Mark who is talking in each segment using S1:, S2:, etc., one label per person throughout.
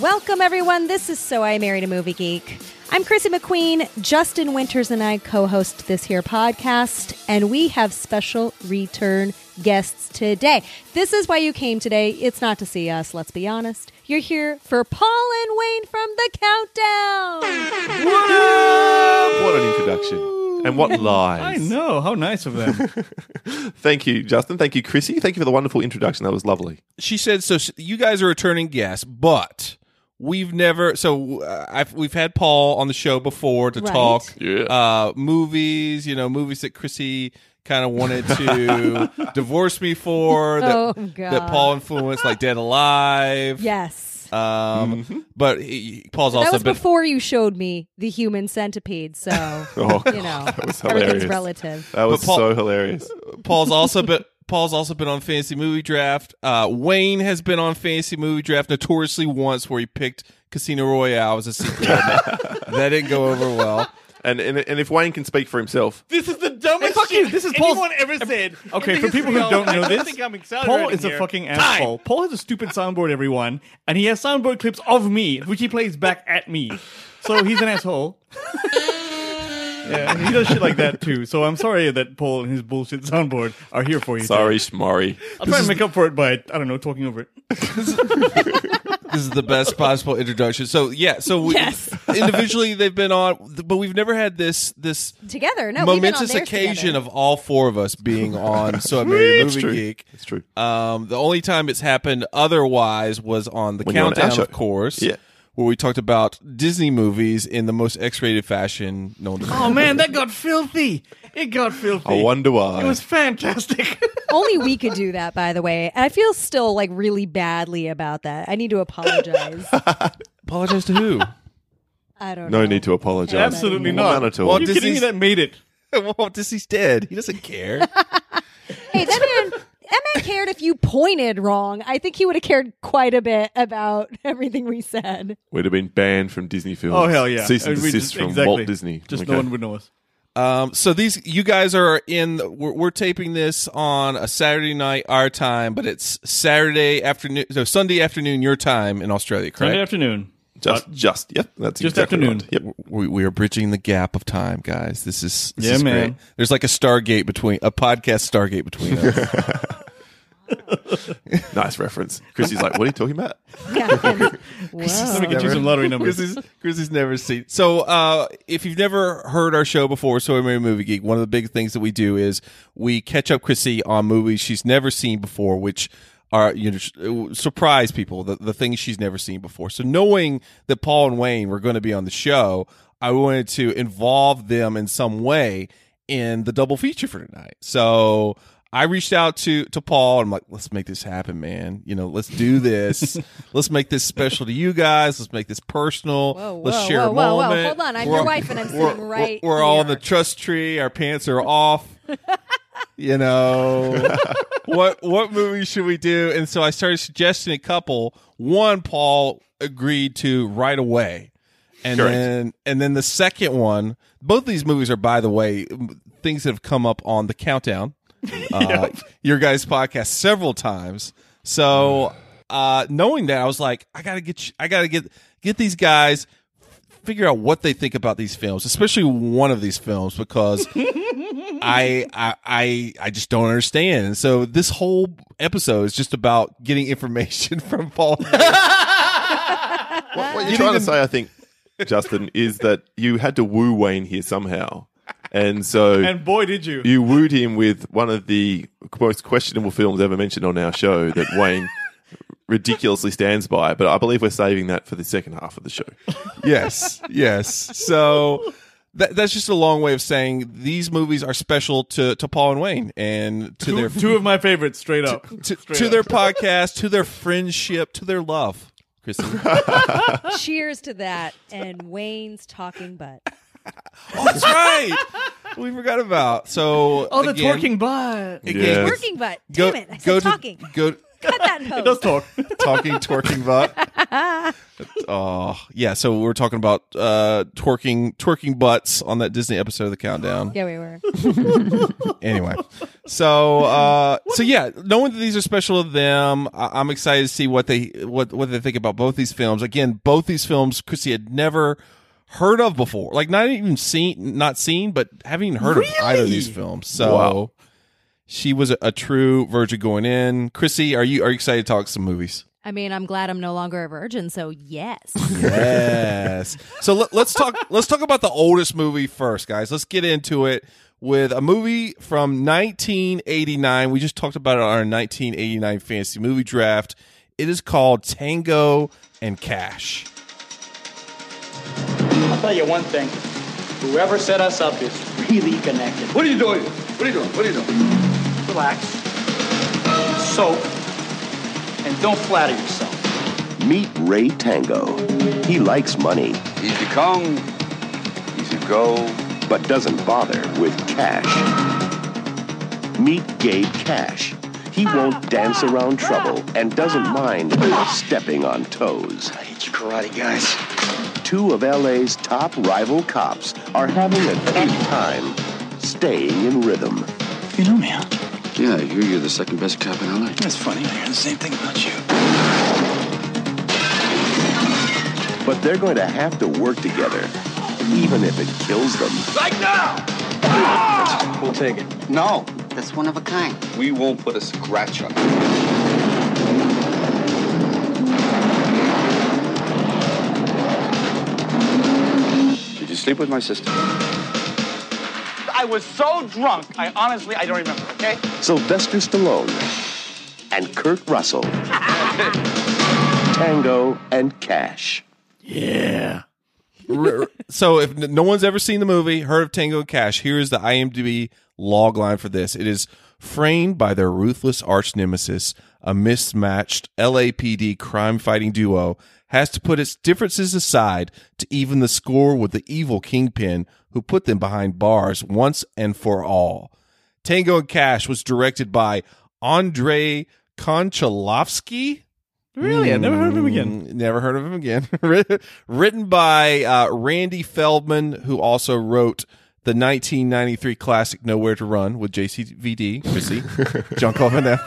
S1: Welcome, everyone. This is So I Married a Movie Geek. I'm Chrissy McQueen. Justin Winters and I co host this here podcast, and we have special return guests today. This is why you came today. It's not to see us, let's be honest. You're here for Paul and Wayne from The Countdown.
S2: What an introduction. And what lies.
S3: I know. How nice of them.
S2: Thank you, Justin. Thank you, Chrissy. Thank you for the wonderful introduction. That was lovely.
S4: she said so s- you guys are returning guests but we've never so uh, I've, we've had paul on the show before to
S1: Right.
S4: talk
S2: Yeah.
S4: uh movies you know movies that chrissy kind of wanted to divorce me for that,
S1: Oh, God.
S4: that paul influenced like dead alive
S1: Yes.
S4: um but he, paul's
S1: that
S4: also
S1: was
S4: been
S1: before you showed me the human centipede, so,
S2: Oh,
S1: you know,
S2: that was
S1: everything's
S2: hilarious. Uh,
S1: relative.
S2: That was
S4: Paul-
S2: so hilarious.
S4: Paul's also been Paul's also been on Fantasy Movie Draft. Uh, Wayne has been on Fantasy Movie Draft notoriously once, where he picked Casino Royale as a sequel. that, that didn't go over well.
S2: And, and and if Wayne can speak for himself,
S5: This is the dumbest
S3: fuck you.
S5: shit
S3: This is Paul's-
S5: anyone ever said.
S3: Okay,
S5: in
S3: for
S5: the
S3: people who
S5: history of-
S3: don't know
S5: I
S3: this,
S5: think I'm
S3: Paul
S5: accelerating
S3: is a
S5: here.
S3: fucking
S5: Time.
S3: asshole. Paul has a stupid soundboard, everyone, and he has soundboard clips of me, which he plays back at me. So he's an asshole. yeah, he does shit like that too. So I'm sorry that Paul and his bullshit soundboard are here for you. today.
S2: sorry, Schmorry.
S3: I'll try and make up for it by I don't know talking over it.
S4: This is the best possible introduction. So yeah, so we,
S1: Yes.
S4: individually they've been on, but we've never had this this
S1: Together, no, Oh, we've been on
S4: momentous
S1: theirs
S4: occasion
S1: together.
S4: of all four of us being on. So I married a
S2: It's
S4: movie
S2: true.
S4: geek.
S2: It's true.
S3: Uh,
S4: Um, the only time it's happened otherwise was on the
S2: When you're on our
S4: countdown,
S2: show.
S4: of course.
S2: Yeah.
S4: Where we talked about Disney movies in the most X-rated fashion known to
S3: Oh
S4: man.
S3: man, that got filthy. It got filthy.
S2: I wonder why.
S3: It was fantastic.
S1: Only we could do that, by the way. And I feel still like really badly about that. I need to apologize.
S4: Apologize to who?
S1: I don't know.
S2: no need to apologize.
S3: Absolutely
S2: None
S3: not.
S2: at all.
S3: Are
S4: Well,
S3: you
S4: this
S3: kidding me?
S4: is-
S3: That made it.
S4: well, Disney's dead. He doesn't care.
S1: Hey, that man, that man cared if you pointed wrong. I think he would have cared quite a bit about everything we said.
S2: We'd have been banned from Disney films.
S3: Oh hell yeah!
S2: Cease and
S3: And we
S2: desist
S3: just-
S2: from
S3: exactly.
S2: Walt Disney.
S3: Just
S2: Okay.
S3: no one would know us.
S4: um, so these, you guys are in. We're, we're taping this on a Saturday night our time, but it's Saturday afternoon, so Sunday afternoon your time in Australia,
S3: Sunday
S4: correct?
S3: afternoon.
S2: Just, just, yep. That's
S3: Just
S2: exactly
S3: afternoon.
S2: right. Yep.
S4: we, we are bridging the gap of time, guys. This is this
S3: Yeah,
S4: is
S3: man.
S4: great. There's like a Stargate between a podcast Stargate between us.
S2: Nice reference. Chrissy's like, what are you talking about?
S1: Yeah. and-
S3: Let me
S1: Whoa.
S3: get you some lottery numbers.
S4: Grizzly's, Grizzly's never seen. So, uh, if you've never heard our show before, So I Married a Movie Geek, one of the big things that we do is we catch up Chrissy on movies she's never seen before, which are you know sh- uh, surprise people the, the things she's never seen before. So knowing that Paul and Wayne were going to be on the show, I wanted to involve them in some way in the double feature for tonight. So I reached out to to Paul. And I'm like, let's make this happen, man. You know, let's do this. let's make this special to you guys. Let's make this personal.
S1: Whoa,
S4: let's
S1: whoa,
S4: share
S1: whoa,
S4: a
S1: whoa, whoa.
S4: moment.
S1: Hold on, I'm
S4: We're
S1: your
S4: all-
S1: wife and I'm
S4: we're-
S1: sitting right
S4: We're, we're all on the
S1: here.
S4: trust tree. Our pants are off. you know, what what movie should we do? And so I started suggesting a couple. One, Paul agreed to right away. And
S2: Correct.
S4: then, and then the second one. Both these movies are, by the way, m- things that have come up on the countdown, uh, your guys' podcast several times. So, uh, knowing that, I was like, I gotta get, you, I gotta get, get these guys, figure out what they think about these films, especially one of these films, because I, I, I, I just don't understand. And so, this whole episode is just about getting information from Paul.
S2: What, what you're trying to say, I think, Justin, is that you had to woo Wayne here somehow, and so
S3: And boy, did you!
S2: you wooed him with one of the most questionable films ever mentioned on our show that Wayne ridiculously stands by. But I believe we're saving that for the second half of the show.
S4: yes, yes. So that, that's just a long way of saying these movies are special to, to Paul and Wayne and to
S3: two,
S4: their
S3: two of my favorites, straight up.
S4: to,
S3: Straight
S4: to
S3: up.
S4: their podcast, to their friendship, to their love. Chrissy.
S1: Cheers to that and Wayne's talking butt.
S4: oh, that's right. We forgot about. So
S3: Oh, the
S4: again,
S3: talking butt. It
S4: again,
S2: Yes.
S1: Working butt.
S4: Go,
S1: Damn it. I said
S4: go to-
S1: talking.
S4: go
S1: Cut that in post.
S3: does talk. Oh,
S4: talking twerking butt. oh yeah, so we were talking about uh, twerking twerking butts on that Disney episode of the countdown.
S1: Yeah, we were.
S4: anyway so uh so yeah knowing that these are special of them I- i'm excited to see what they what what they think about both these films again both these films chrissy had never heard of before like not even seen not seen but haven't even heard of either of these films so
S2: Wow.
S4: she was a, a true virgin going in chrissy are you are you excited to talk some movies
S1: I mean, I'm glad I'm no longer a virgin, so yes.
S4: yes so let, let's talk let's talk about the oldest movie first guys let's get into it with a movie from 1989 we just talked about it on our 1989 fantasy movie draft it is called tango and cash
S5: I'll tell you one thing. Whoever set us up is really connected.
S6: What are you doing? What are you doing? What are you doing?
S5: Relax, soak, and don't flatter yourself.
S7: Meet Ray Tango. He likes money,
S6: Easy come, easy go.
S7: but doesn't bother with cash. Meet Gabe Cash. He won't dance around trouble and doesn't mind stepping on toes.
S6: I hate you karate guys.
S7: Two of LA's top rival cops are having a good time staying in rhythm.
S5: You know, man,
S6: Yeah, I hear you're the second best cop in LA.
S5: that's funny. I heard the same thing about you.
S7: But they're going to have to work together, even if it kills them.
S6: We'll take it.
S8: No, that's one of a kind.
S6: We won't put a scratch on it. Did you sleep with my sister?
S5: I was so drunk, I honestly, I don't remember, okay?
S7: Sylvester Stallone and Kurt Russell. Tango and Cash.
S4: R- r- so if n- no one's ever seen the movie heard of tango and cash here is the imdb log line for this it is framed by their ruthless arch nemesis a mismatched lapd crime fighting duo has to put its differences aside to even the score with the evil kingpin who put them behind bars once and for all tango and cash was directed by andre konchalovsky
S3: Really? I never heard of him again.
S4: Mm, Never heard of him again. Writ- Written by uh, Randy Feldman, who also wrote the 1993 classic "Nowhere to Run" with JCVD, Chrissy, John Clauvenau.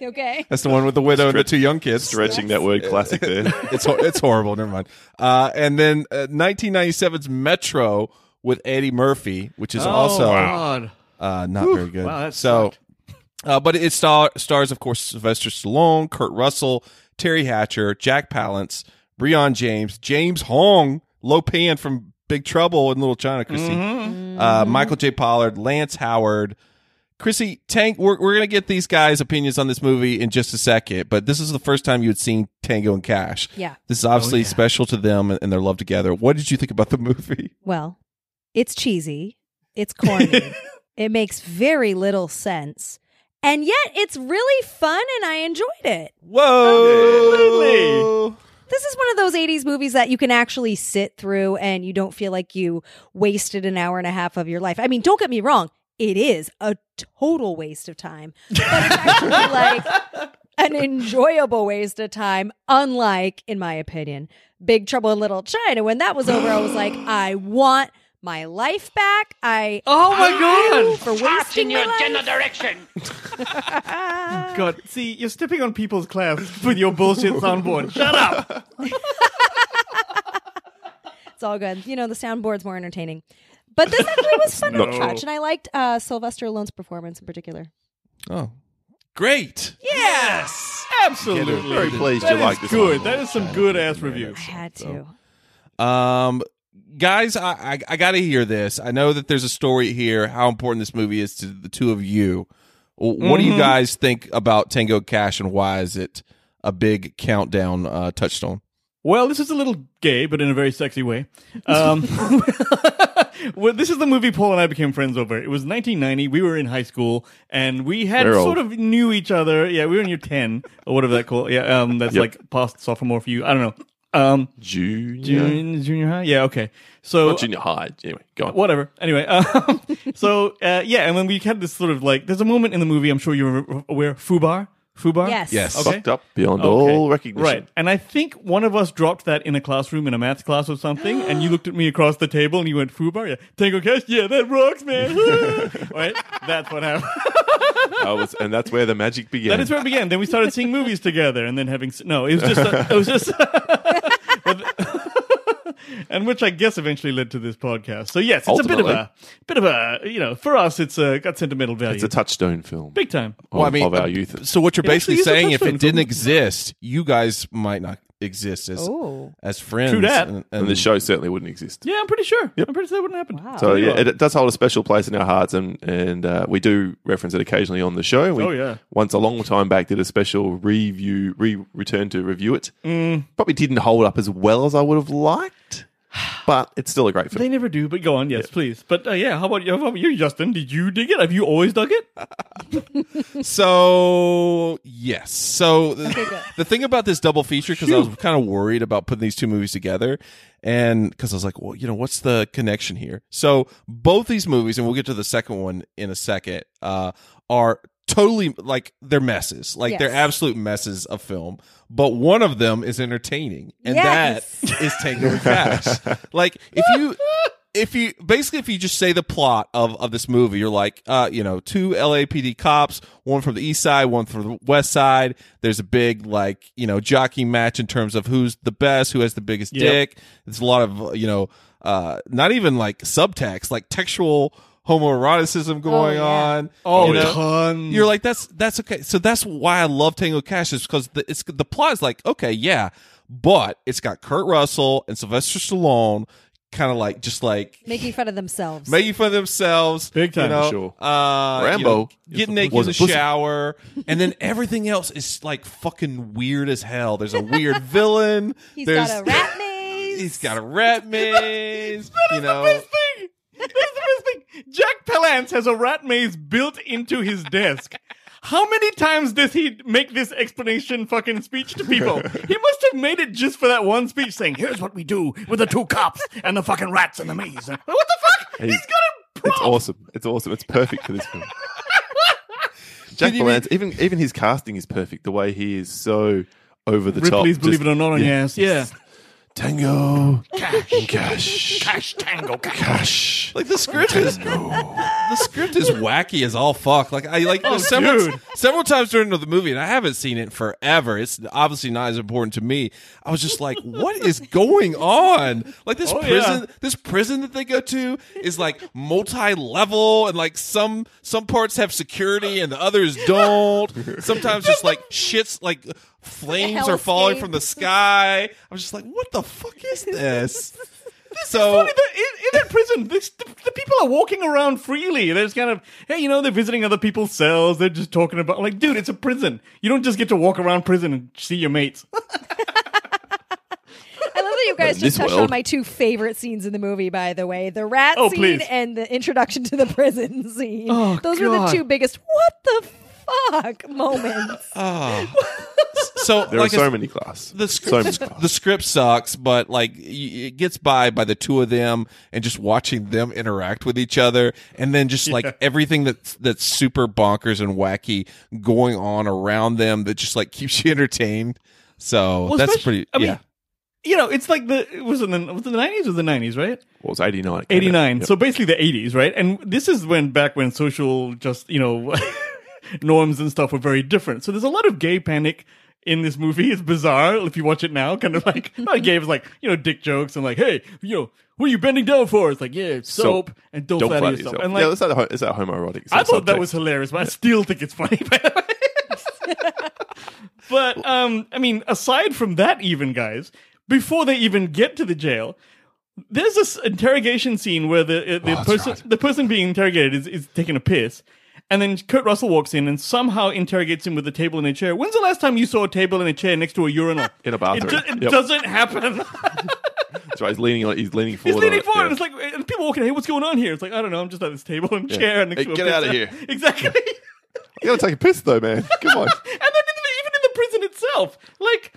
S1: Okay.
S4: That's the one with the widow and the two young kids.
S2: Stretching that word classic there.
S4: It's hor- it's horrible. Never mind. Uh, and then uh, 1997's Metro with Eddie Murphy, which
S3: Oh,
S4: is also
S3: God.
S4: uh, not very good.
S3: wow, that
S4: so, uh, but it star- stars, of course, Sylvester Stallone, Kurt Russell, Terry Hatcher, Jack Palance, Breon James, James Hong, Lopan from Big Trouble in Little China, Chrissy, uh, Michael J. Pollard, Lance Howard. Chrissy Tank, we're, we're gonna get these guys' opinions on this movie in just a second, but this is the first time you had seen Tango and Cash.
S1: Yeah.
S4: this is obviously special to them and, and their love together. What did you think about the movie?
S1: Well, it's cheesy. It's corny. it makes very little sense. And yet it's really fun and I enjoyed it.
S4: Whoa!
S1: This is one of those 80s movies that you can actually sit through and you don't feel like you wasted an hour and a half of your life. I mean, don't get me wrong, it is a total waste of time. But it's actually like an enjoyable waste of time, unlike, in my opinion, Big Trouble in Little China. When that was over, I was like, I want my life back. I
S3: Oh my God.
S1: for wasting your life.
S3: God, see, you're stepping on people's class with your bullshit soundboard. Shut up.
S1: It's all good. You know, the soundboard's more entertaining. But this actually was fun to
S2: No.
S1: watch, and I liked uh, Sylvester Stallone's performance in particular.
S4: Oh, great!
S3: Yes. Absolutely.
S2: Very pleased
S3: That
S2: you like
S3: is
S2: this
S3: good.
S2: one.
S3: That is some good ass review.
S1: I had to.
S4: Um, guys, I, I, I got to hear this. I know that there's a story here. How important this movie is to the two of you. W- What
S3: Mm-hmm.
S4: do you guys think about Tango Cash, and why is it a big countdown uh, touchstone?
S3: Well, this is a little gay, but in a very sexy way. Um, well, this is the movie Paul and I became friends over. It was 1990. We were in high school, and we had
S2: We're
S3: sort
S2: old.
S3: of knew each other. Yeah, we were in year 10 or whatever that called. Yeah, um, that's
S2: Yep.
S3: like past sophomore for you. I don't know. Um,
S2: Junior,
S3: junior, junior high. Yeah, okay. So
S2: not junior high. Anyway, go on.
S3: whatever. Anyway, um, so uh, yeah, and then we had this sort of like. There's a moment in the movie. I'm sure you're aware. Fubar. Fubar.
S1: Yes.
S4: Yes.
S3: Okay.
S2: Fucked up beyond
S3: Okay.
S2: all recognition.
S3: Right. And I think one of us dropped that in a classroom, in a math class or something, and you looked at me across the table and you went, Fubar? Yeah. Tango Cash? Yeah, that rocks, man. right? That's what happened.
S2: I was, and that's where the magic began.
S3: That is where it began. Then we started seeing movies together and then having. s- No, it was just. A, it was just. But- And which I guess eventually led to this podcast. So yes, it's a bit of a bit of a you know for us it's a got sentimental value,
S2: it's a Oh. touchstone film
S3: big time.
S2: of, of
S3: uh,
S2: our youth.
S4: uh, So what you're
S3: It actually
S4: basically
S3: is a
S4: saying, if
S3: touchstone
S4: it didn't
S3: film.
S4: exist, you guys might not exist as
S1: Oh.
S4: as friends.
S3: True that.
S4: And,
S2: and the show certainly wouldn't exist.
S3: Yeah, I'm pretty sure. I'm pretty sure that wouldn't happen.
S1: Wow.
S2: So
S3: Tell you
S2: yeah,
S3: what.
S2: it, it does hold a special place in our hearts, and and uh, we do reference it occasionally on the show. We
S3: Oh, yeah.
S2: once a long time back did a special review, re return to review it.
S3: Mm.
S2: Probably didn't hold up as well as I would have liked, but it's still a great
S3: They
S2: film.
S3: never do, but go on, yes, please. But uh, yeah, how about, you, how about you, Justin? Did you dig it? Have you always dug it?
S4: So yes. So the, the thing about this double feature because I was kind of worried about putting these two movies together, and because I was like, well, you know, what's the connection here? So both these movies, and we'll get to the second one in a second, uh, are totally like they're messes, like they're
S1: Yes.
S4: absolute messes of film. But one of them is entertaining, and
S1: Yes.
S4: that is Tango and Cash. like if you if you basically if you just say the plot of of this movie, you're like, uh, you know, two LAPD cops, one from the east side, one from the west side. There's a big like you know jockey match in terms of who's the best, who has the biggest
S3: Yep.
S4: dick. There's a lot of you know, uh, not even like subtext, like textual homoeroticism going
S1: yeah.
S4: on. you know?
S3: tons.
S4: You're like that's that's okay. So that's why I love Tango Cash is because the, it's the plot is like okay, yeah, but it's got Kurt Russell and Sylvester Stallone, kind of like just like
S1: Making fun of themselves.
S4: making fun of themselves,
S3: Big time,
S4: you know,
S2: sure.
S4: Uh, you
S2: Rambo
S4: know, getting naked in
S2: was a
S4: the
S2: pussy.
S4: shower, and then everything else is like fucking weird as hell. There's a weird villain.
S1: He's
S4: There's,
S1: got a rat maze.
S4: He's got a rat maze. you know,
S3: That's the best thing. That's the best thing. Jack Palance has a rat maze built into his desk. How many times does he make this explanation fucking speech to people? He must have made it just for that one speech saying, here's what we do with the two cops and the fucking rats in the maze. What the fuck?
S2: Hey,
S3: He's got a
S2: It's
S3: prop.
S2: awesome. It's awesome. It's perfect for this film. Jack
S4: Can you be-
S2: Palance, even even his casting is perfect. The way he is so over the top.
S3: Ripley's Believe
S2: just-
S3: It or Not on
S2: yeah.
S3: your ass. Yeah.
S2: Tango, cash, cash,
S3: Cash tango cash.
S2: cash.
S4: Like the script is the script is wacky as all fuck. Like I like there's several
S3: Oh, dude.
S4: several times during the movie, and I haven't seen it forever. It's obviously not as important to me. I was just like, what is going on? Like this
S3: Oh, yeah.
S4: prison, this prison that they go to is like multi level, and like some some parts have security and the others don't. Sometimes just like shits like flames are falling
S1: Hellscape.
S4: from the sky. I was just like, what the fuck is this? So
S3: Funny that in, in that prison, this, the, the people are walking around freely. They're just kind of, hey, you know, they're visiting other people's cells. They're just talking about, like, dude, it's a prison. You don't just get to walk around prison and see your mates.
S1: I love that you guys
S2: In
S1: just
S2: this
S1: touched on
S2: world.
S1: my two favorite scenes in the movie, by the way the rat
S3: Oh,
S1: scene
S3: please.
S1: and the introduction to the prison scene.
S3: Oh,
S1: Those were the
S3: God.
S1: two biggest what the fuck moments.
S4: Ah. so
S2: There
S4: like
S2: are so
S4: it's-
S2: many class.
S4: the
S2: so many
S4: script
S2: class.
S4: the script sucks, but like y- it gets by by the two of them and just watching them interact with each other, and then just like everything that's that's super bonkers and wacky going on around them that just like keeps you entertained. So
S3: Well,
S4: that's
S3: especially-
S4: pretty.
S3: I mean,
S4: yeah,
S3: You know, it's like the, it was in the, was it the 90s or the 90s, right?
S2: Well, it's 89. it came out.
S3: 89.
S2: Yep.
S3: So basically the 80s, right? And this is when back when social just, you know, norms and stuff were very different. So there's a lot of gay panic in this movie. It's bizarre if you watch it now, kind of like, not gay, it's like, you know, dick jokes and like, hey, you know, what are you bending down for? It's like, yeah, it's soap,
S2: Soap.
S3: and don't, flatter, yourself. And
S2: yeah,
S3: like,
S2: it's that, ho- it's that homoerotic.
S3: I thought that
S2: subtext.
S3: was hilarious, but I still think it's funny. by the way. but, um, I mean, aside from that, even guys, before they even get to the jail, there's this interrogation scene where the uh,
S2: Oh,
S3: the person the person being interrogated is, is taking a piss, and then Kurt Russell walks in and somehow interrogates him with a table and a chair. When's the last time you saw a table and a chair next to a urinal
S2: In a bathroom.
S3: It, ju- it
S2: Yep.
S3: doesn't happen.
S2: So he's leaning on. He's leaning
S3: He's
S2: forward.
S3: leaning
S2: on it,
S3: forward.
S2: yeah.
S3: It's like and people walking. Hey, what's going on here? It's like I don't know. I'm just at this table and
S2: Yeah.
S3: chair next
S2: Hey,
S3: to a
S2: get outta
S3: pizza.
S2: here.
S3: Exactly.
S2: you gotta take a piss though, man. Come on.
S3: and then in the, even in the prison itself, like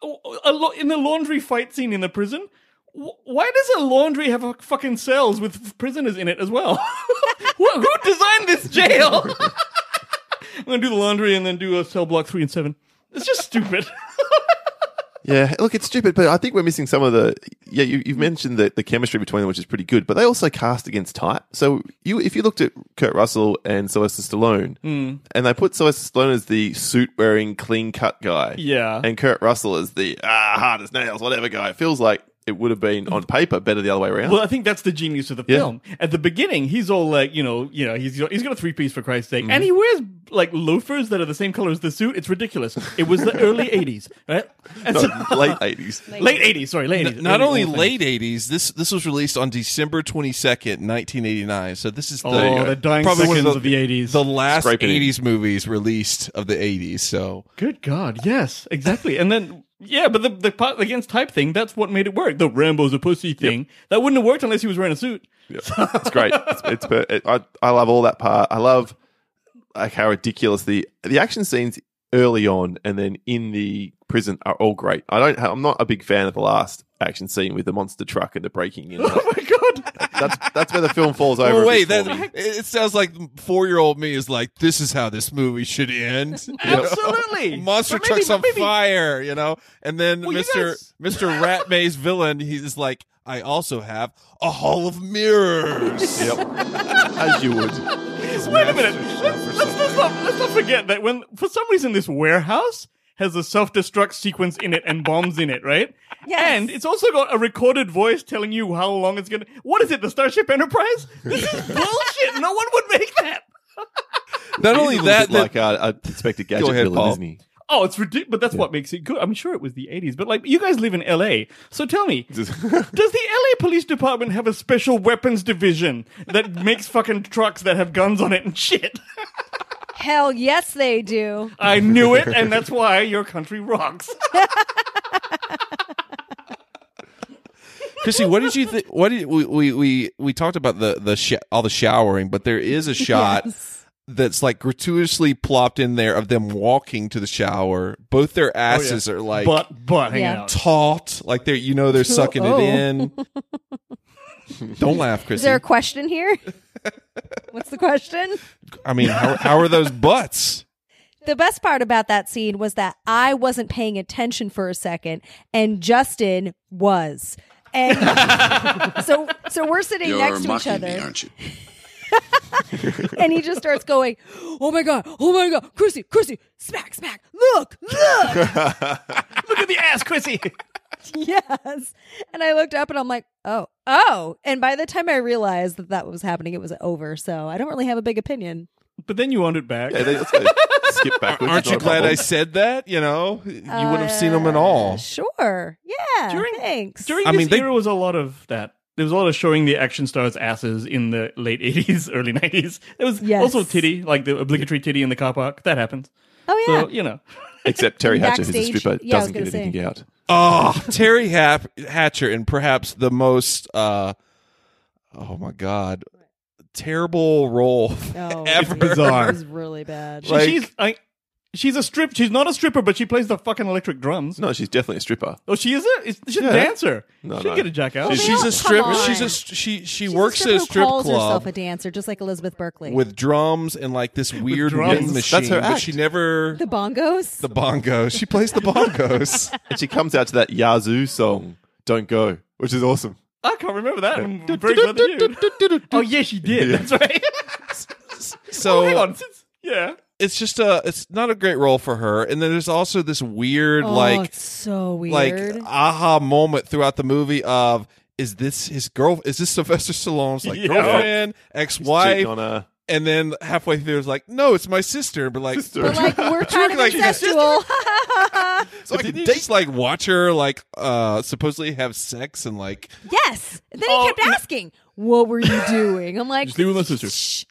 S3: a lot in the laundry fight scene in the prison. wh- Why does a laundry have a fucking cells with f- prisoners in it as well? who, who designed this jail? I'm gonna do the laundry and then do a cell block three and seven. It's just stupid.
S2: Yeah, look, it's stupid, but I think we're missing some of the. Yeah, you, you've mentioned the, the chemistry between them, which is pretty good, but they also cast against type. So you, if you looked at Kurt Russell and Sylvester Stallone,
S3: Hmm.
S2: and they put Sylvester Stallone as the suit wearing, clean cut guy,
S3: Yeah.
S2: and Kurt Russell as the ah, hard as nails, whatever guy, it feels like it would have been on paper better the other way around.
S3: Well, I think that's the genius of the
S2: Yeah.
S3: film. At the beginning, he's all like, you know, you know, he's he's got a three piece for Christ's sake, and he wears like loafers that are the same color as the suit. It's ridiculous. It was the early '80s, right? And
S2: No,
S3: so-
S2: late eighties.
S3: late '80s, sorry, late '80s.
S4: Not
S3: Early-
S4: only
S3: early things.
S4: late '80s, this this was released on December 22nd, 1989. So this is the,
S3: Oh, the dying
S4: one
S3: seconds of the 80s.
S4: the last
S2: Scraping it.
S4: '80s movies released of the '80s. So
S3: Good God, yes, exactly. And then, yeah, but the, the part against type thing, that's what made it work. The Rambo's a pussy thing. That wouldn't have worked unless he was wearing a suit.
S2: It's great. It's, it's per- it, I I love all that part. I love like how ridiculous the the action scenes early on and then in the prison are all great. I don't. I'm not a big fan of the last action scene with the monster truck and the breaking in.
S3: Oh my God.
S2: that's that's where the film falls over.
S4: Oh
S2: a
S4: wait,
S2: bit for
S4: that
S2: me.
S4: it it sounds like four year old me is like, this is how this movie should end. You know?
S3: Absolutely.
S4: Monster
S3: But maybe-
S4: trucks
S3: but
S4: on
S3: maybe-
S4: fire, you know, and then
S3: Well, you
S4: Mister
S3: guys-
S4: Mister Rat Maze villain, he's like, I also have a hall of mirrors.
S2: Yep. As you would.
S3: Wait a minute. Let's, let's, let's, not, let's not forget that when, for some reason, this warehouse has a self destruct sequence in it and bombs in it, right?
S1: Yes.
S3: And it's also got a recorded voice telling you how long it's going to. What is it, the Starship Enterprise? This is bullshit. No one would make that.
S4: Not
S2: He's a
S4: only
S2: little
S4: that,
S2: bit
S4: that-
S2: like uh, a Inspector Gadget
S4: ahead,
S2: villain,
S4: Paul.
S2: isn't he?
S3: Oh, it's ridiculous, but that's what makes it good. I'm sure it was the 80s, but like you guys live in LA, so tell me, does the LA Police Department have a special weapons division that makes fucking trucks that have guns on it and shit?
S1: Hell yes, they do.
S3: I knew it, and that's why your country rocks.
S4: Chrissy, what did you think? What did we we we, we talked about the the sh- all the showering, but there is a shot
S1: Yes.
S4: that's like gratuitously plopped in there of them walking to the shower. Both their asses are like
S3: but but hang
S1: Yeah.
S3: out.
S4: taut, like they're you know they're sucking
S1: Oh.
S4: it in. Don't laugh,
S1: Is
S4: Chrissy.
S1: there a question here? What's the question?
S4: I mean, how, how are those butts?
S1: The best part about that scene was that I wasn't paying attention for a second and Justin was. And so so we're sitting
S6: You're
S1: next to each
S6: mocking
S1: other
S6: me, aren't you?
S1: and he just starts going, "Oh my god. Oh my god. Chrissy, Chrissy, smack, smack. Look, look."
S3: Look at the ass, Chrissy.
S1: yes. And I looked up and I'm like, "Oh. Oh." And by the time I realized that that was happening, it was over. So, I don't really have a big opinion.
S3: But then you owned it back.
S2: Yeah, they, let's go skip backwards.
S4: Aren't
S2: It's
S4: you
S2: not a
S4: glad I
S2: problem.
S4: said that? You know, you wouldn't have seen them at all.
S1: Uh, Sure. Yeah.
S3: During-
S1: thanks.
S3: During
S4: I
S3: this
S4: mean, they-
S3: era was a lot of that. There was a lot of showing the action stars' asses in the late 80s, early 90s. There was
S1: Yes.
S3: also titty, like the obligatory titty in the car park. That happens.
S1: oh yeah.
S3: So, you know.
S2: Except Terry Hatcher, who's a
S1: Backstage-
S2: stripper,
S1: yeah, I was
S2: doesn't get
S1: gonna
S2: anything out.
S1: Uh,
S4: Oh, Terry Hap- Hatcher, and perhaps the most, uh, oh my God, terrible role
S1: Oh,
S4: ever.
S1: It was-
S3: Bizarre.
S1: It was really bad.
S3: She, she's I, she's a strip. She's not a stripper, but she plays the fucking electric drums.
S2: No, she's definitely a stripper.
S3: Oh, she is a is- she's
S2: Yeah.
S3: a dancer.
S2: No,
S3: She'll
S2: no.
S3: get a jack out.
S1: Well,
S4: She's
S1: Come
S4: a strip.
S1: on.
S4: She's a she. She
S1: She's
S4: works at a strip
S1: who calls herself
S4: club
S1: a dancer, just like Elizabeth Berkley.
S4: with drums and like this weird
S3: drums.
S4: wind
S2: That's
S4: machine.
S2: her
S4: But
S2: act.
S4: she never
S1: the bongos.
S4: the bongos. She plays the bongos.
S2: And she comes out to that Yazoo song, Don't Go, which is awesome.
S3: I can't remember that. I'm very glad that you. Oh yeah, she did. That's right.
S4: So
S3: oh, hang on. Since- yeah.
S4: it's just a. It's not a great role for her. And then there's also this weird
S1: oh,
S4: like
S1: it's so weird.
S4: like aha moment throughout the movie of is this his girl? Is this Sylvester Stallone's like
S3: Yeah.
S4: girlfriend, ex wife?
S2: Cheating on her.
S4: And then halfway through, it's like, no, it's my sister. But like,
S1: but like we're kind of
S4: like she's a
S1: incestual.
S4: so I could just like watch her like uh supposedly have sex and like
S1: yes. Then he
S4: Oh,
S1: kept asking, "What were you doing?" I'm like,
S3: Just leave with my sister.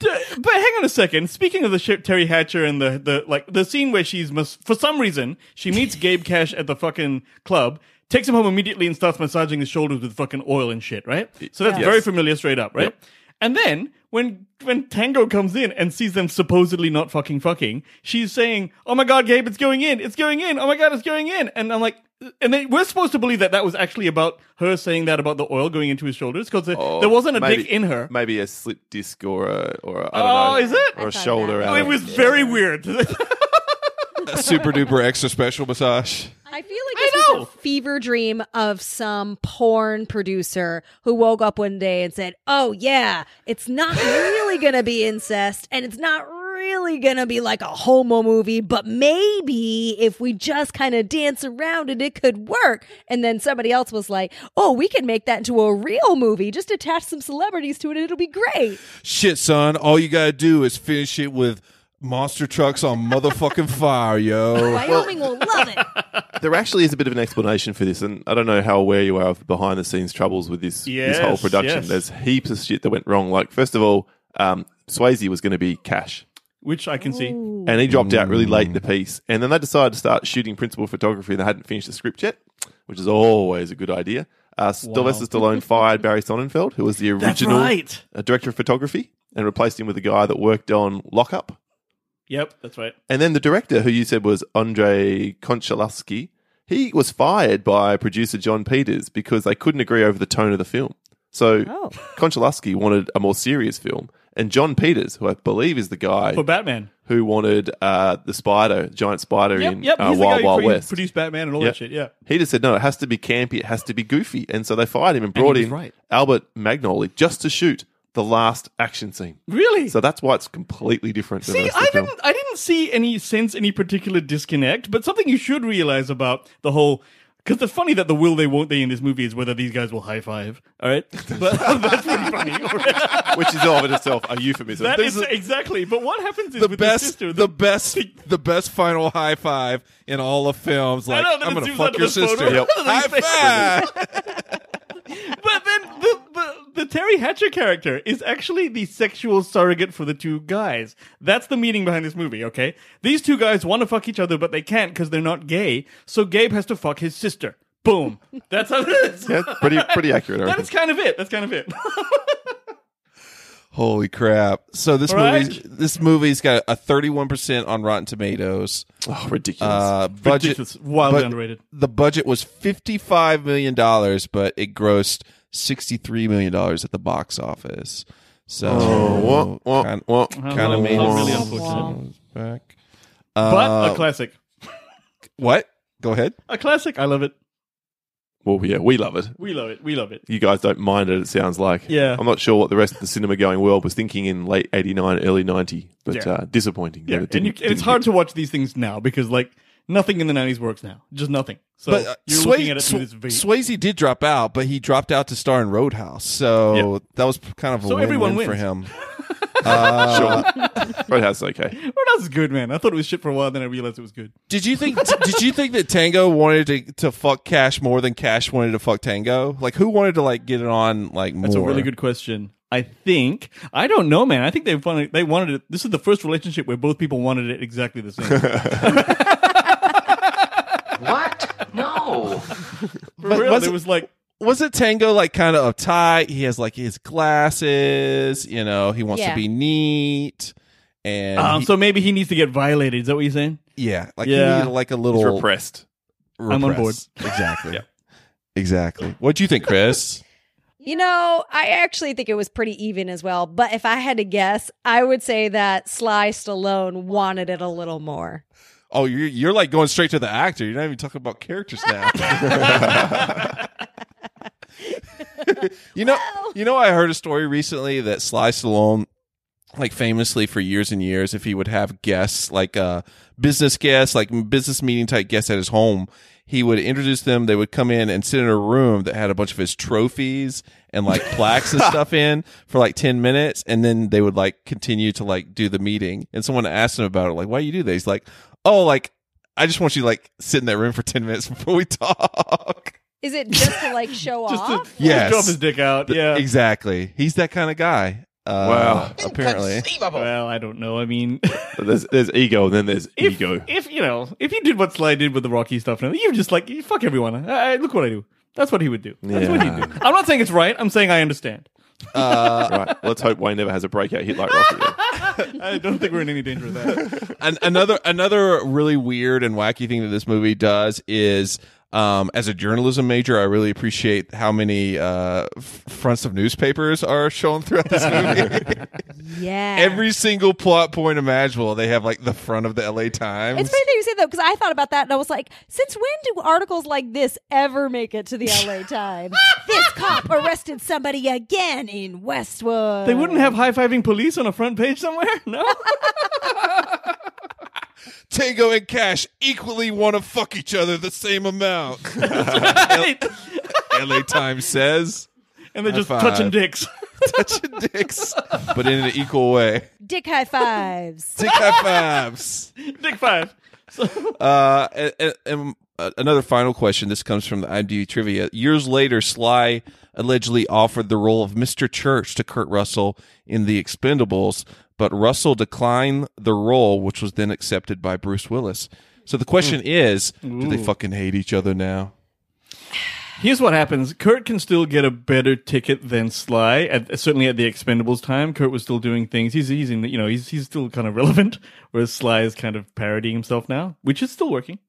S3: D- But hang on a second. Speaking of the ship, Terry Hatcher and the, the like the scene where she's mis- for some reason she meets Gabe Cash at the fucking club. takes him home immediately and starts massaging his shoulders with fucking oil and shit, right? So that's
S2: Yes.
S3: very familiar straight up, right? And then when when Tango comes in and sees them supposedly not fucking fucking, she's saying, "Oh my god, Gabe, it's going in, it's going in. Oh my god, it's going in." And I'm like, and then we're supposed to believe that that was actually about her saying that about the oil going into his shoulders because there, there wasn't a dick in her.
S2: Oh, Maybe a slip disc or a or a, I
S3: Oh,
S2: don't know,
S3: is it? I
S2: or a
S1: thought
S2: shoulder
S1: that.
S3: Oh,
S2: out.
S3: it was very weird.
S4: Super duper extra special massage.
S1: I feel like this was a fever dream of some porn producer who woke up one day and said, "Oh yeah, it's not really gonna be incest, and it's not really gonna be like a homo movie, but maybe if we just kind of dance around it, it could work." And then somebody else was like, "Oh, we can make that into a real movie. Just attach some celebrities to it, and it'll be great."
S4: Shit, son. All you gotta do is finish it with monster trucks on motherfucking fire, yo.
S1: Wyoming will love it.
S2: there actually is a bit of an explanation for this, and I don't know how aware you are of the behind the scenes troubles with this this whole
S3: Yes,
S2: production.
S3: yes.
S2: There's heaps of shit that went wrong. Like first of all, um, Swayze was going to be Cash,
S3: Which I can see.
S2: and he dropped out really late in
S3: Mm.
S2: the piece. And then they decided to start shooting principal photography, and they hadn't finished the script yet, which is always a good idea. Uh, Sylvester Stallone fired Barry Sonnenfeld, who was the
S3: That's
S2: original
S3: right.
S2: uh, director of photography, and replaced him with a guy that worked on Lockup.
S3: Yep, that's right.
S2: And then the director, who you said was Andre Konchalovsky, he was fired by producer John Peters because they couldn't agree over the tone of the film. So
S1: Oh.
S2: Konchalovsky wanted a more serious film, and John Peters, who I believe is the guy
S3: For Batman.
S2: who wanted uh, the spider, giant spider
S3: Yep,
S2: in
S3: yep.
S2: uh,
S3: He's the guy
S2: Wild
S3: who
S2: Wild
S3: pre-
S2: West.
S3: produced Batman and all
S2: Yep.
S3: that shit. Yeah.
S2: He just said, no, it has to be campy, it has to be goofy. And so they fired him and brought
S3: was
S2: in
S3: right.
S2: Albert Magnoli just to shoot the last action scene.
S3: Really?
S2: So that's why it's completely different. than the
S3: See,
S2: rest of the
S3: I
S2: film.
S3: didn't, I didn't see any sense, any particular disconnect, but something you should realize about the whole. Because it's funny that the will they won't they in this movie is whether these guys will high five. All right, but that's pretty funny.
S2: which is all in itself a euphemism.
S3: that
S2: This
S3: is exactly. But what happens is
S4: The
S3: with
S4: best,
S3: his sister,
S4: the best, the best final high five in all of films. Like,
S3: know, then
S4: I'm
S3: it
S4: gonna
S3: zooms
S4: fuck
S3: onto
S4: your
S3: the photo. Yep.
S4: sister. High five.
S3: but then the, the the Terry Hatcher character is actually the sexual surrogate for the two guys. That's the meaning behind this movie. Okay, these two guys want to fuck each other, but they can't because they're not gay. So Gabe has to fuck his sister. Boom. That's how it is.
S2: Yeah, pretty pretty accurate. I
S3: That
S2: reckon.
S3: is kind of it. That's kind of it.
S4: Holy crap! So this
S3: Right?
S4: movie, this movie's got a 31 percent on Rotten Tomatoes.
S2: oh, ridiculous.
S4: Uh, budget
S3: Ridiculous. Wildly
S4: but
S3: underrated.
S4: The budget was 55 million dollars, but it grossed 63 million dollars at the box office. So
S2: Oh, wah, wah,
S4: kind,
S2: wah.
S4: kind of
S3: Not
S4: made
S3: really
S4: us-
S3: unfortunate.
S4: back.
S3: but
S4: Uh,
S3: a classic.
S4: What? Go ahead.
S3: A classic. I love it.
S2: well, yeah, we love it.
S3: We love it. We love it.
S2: You guys don't mind it. It sounds like.
S3: Yeah.
S2: I'm not sure what the rest of the cinema going world was thinking in late '89, early '90, but
S3: Yeah.
S2: uh, disappointing. that
S3: Yeah.
S2: it
S3: And, you,
S2: didn't-
S3: and it's
S2: didn't
S3: hard
S2: hit.
S3: to watch these things now because like nothing in the nineties works now. Just nothing. So
S4: But uh,
S3: you're
S4: Sway-
S3: looking at it through this
S4: Sw-
S3: vein.
S4: Swayze did drop out, but he dropped out to star in Roadhouse. So that was kind of a
S3: So everyone
S4: win-win for
S3: wins.
S4: him.
S2: Sure. Roadhouse is okay.
S3: What else is good, man? I thought it was shit for a while, then I realized it was good.
S4: Did you think? did you think that Tango wanted to, to fuck Cash more than Cash wanted to fuck Tango? Like, who wanted to like get it on like more?
S3: That's a really good question. I think I don't know, man. I think they wanted they wanted it. This is the first relationship where both people wanted it exactly the same.
S5: What? No.
S3: For real,
S4: was
S3: it
S4: it-
S3: was like
S4: was it Tango like kind of uptight? He has like his glasses, you know, he wants
S1: Yeah.
S4: to be neat. And
S3: um,
S4: he-
S3: so maybe he needs to get violated. Is that what you're saying?
S4: yeah, like
S3: Yeah.
S4: he needed like a
S2: It's
S4: little
S2: repressed.
S4: repress.
S3: on board.
S4: Exactly. Exactly. What do you think, Chris?
S1: You know, I actually think it was pretty even as well. But if I had to guess, I would say that Sly Stallone wanted it a little more.
S4: oh, you're you're like going straight to the actor. You're not even talking about characters now. you know, you know, I heard a story recently that Sly Stallone like famously for years and years if he would have guests like uh business guests like business meeting type guests at his home he would introduce them they would come in and sit in a room that had a bunch of his trophies and like plaques and stuff in for like 10 minutes and then they would like continue to like do the meeting and someone asked him about it like why you do that he's like oh like i just want you to like sit in that room for 10 minutes before we talk
S1: Is it just to like show
S3: Just
S1: off?
S3: to
S4: Yes.
S3: drop his dick out. Yeah.
S4: exactly he's that kind of guy Uh, Apparently.
S3: Well, I don't know. I mean,
S2: There's, there's ego, and then there's
S3: if,
S2: ego.
S3: if you know, if you did what Sly did with the Rocky stuff, now you're just like, fuck everyone. I, I- look what I do. That's what he would do. That's what he would do. I'm not saying it's right. I'm saying I understand.
S2: right. Let's hope Wayne never has a breakout hit like Rocky.
S3: I don't think we're in any danger of that.
S4: An- another another really weird and wacky thing that this movie does is um, as a journalism major, I really appreciate how many uh, f- fronts of newspapers are shown throughout this movie.
S1: Yeah.
S4: Every single plot point imaginable, they have like the front of the LA Times.
S1: It's funny that you say that because I thought about that and I was like, since when do articles like this ever make it to the LA Times? this cop arrested somebody again in Westwood.
S3: They wouldn't have high fiving police on a front page somewhere? No.
S4: Tango and Cash equally want to fuck each other the same amount. LA Times says.
S3: and they're just
S4: High five.
S3: touching dicks.
S4: Touching dicks, but in an equal way.
S1: Dick high fives.
S4: Dick high fives.
S3: Dick five.
S4: Uh, and, and- and, uh, another final question. This comes from the IMDb trivia. Years later, Sly allegedly offered the role of Mr. Church to Kurt Russell in The Expendables, but Russell declined the role, which was then accepted by Bruce Willis. So the question is, do they fucking hate each other now?
S3: Here's what happens. Kurt can still get a better ticket than Sly. At, certainly at the Expendables time, Kurt was still doing things. He's he's in the, you know he's he's still kind of relevant, whereas Sly is kind of parodying himself now, which is still working.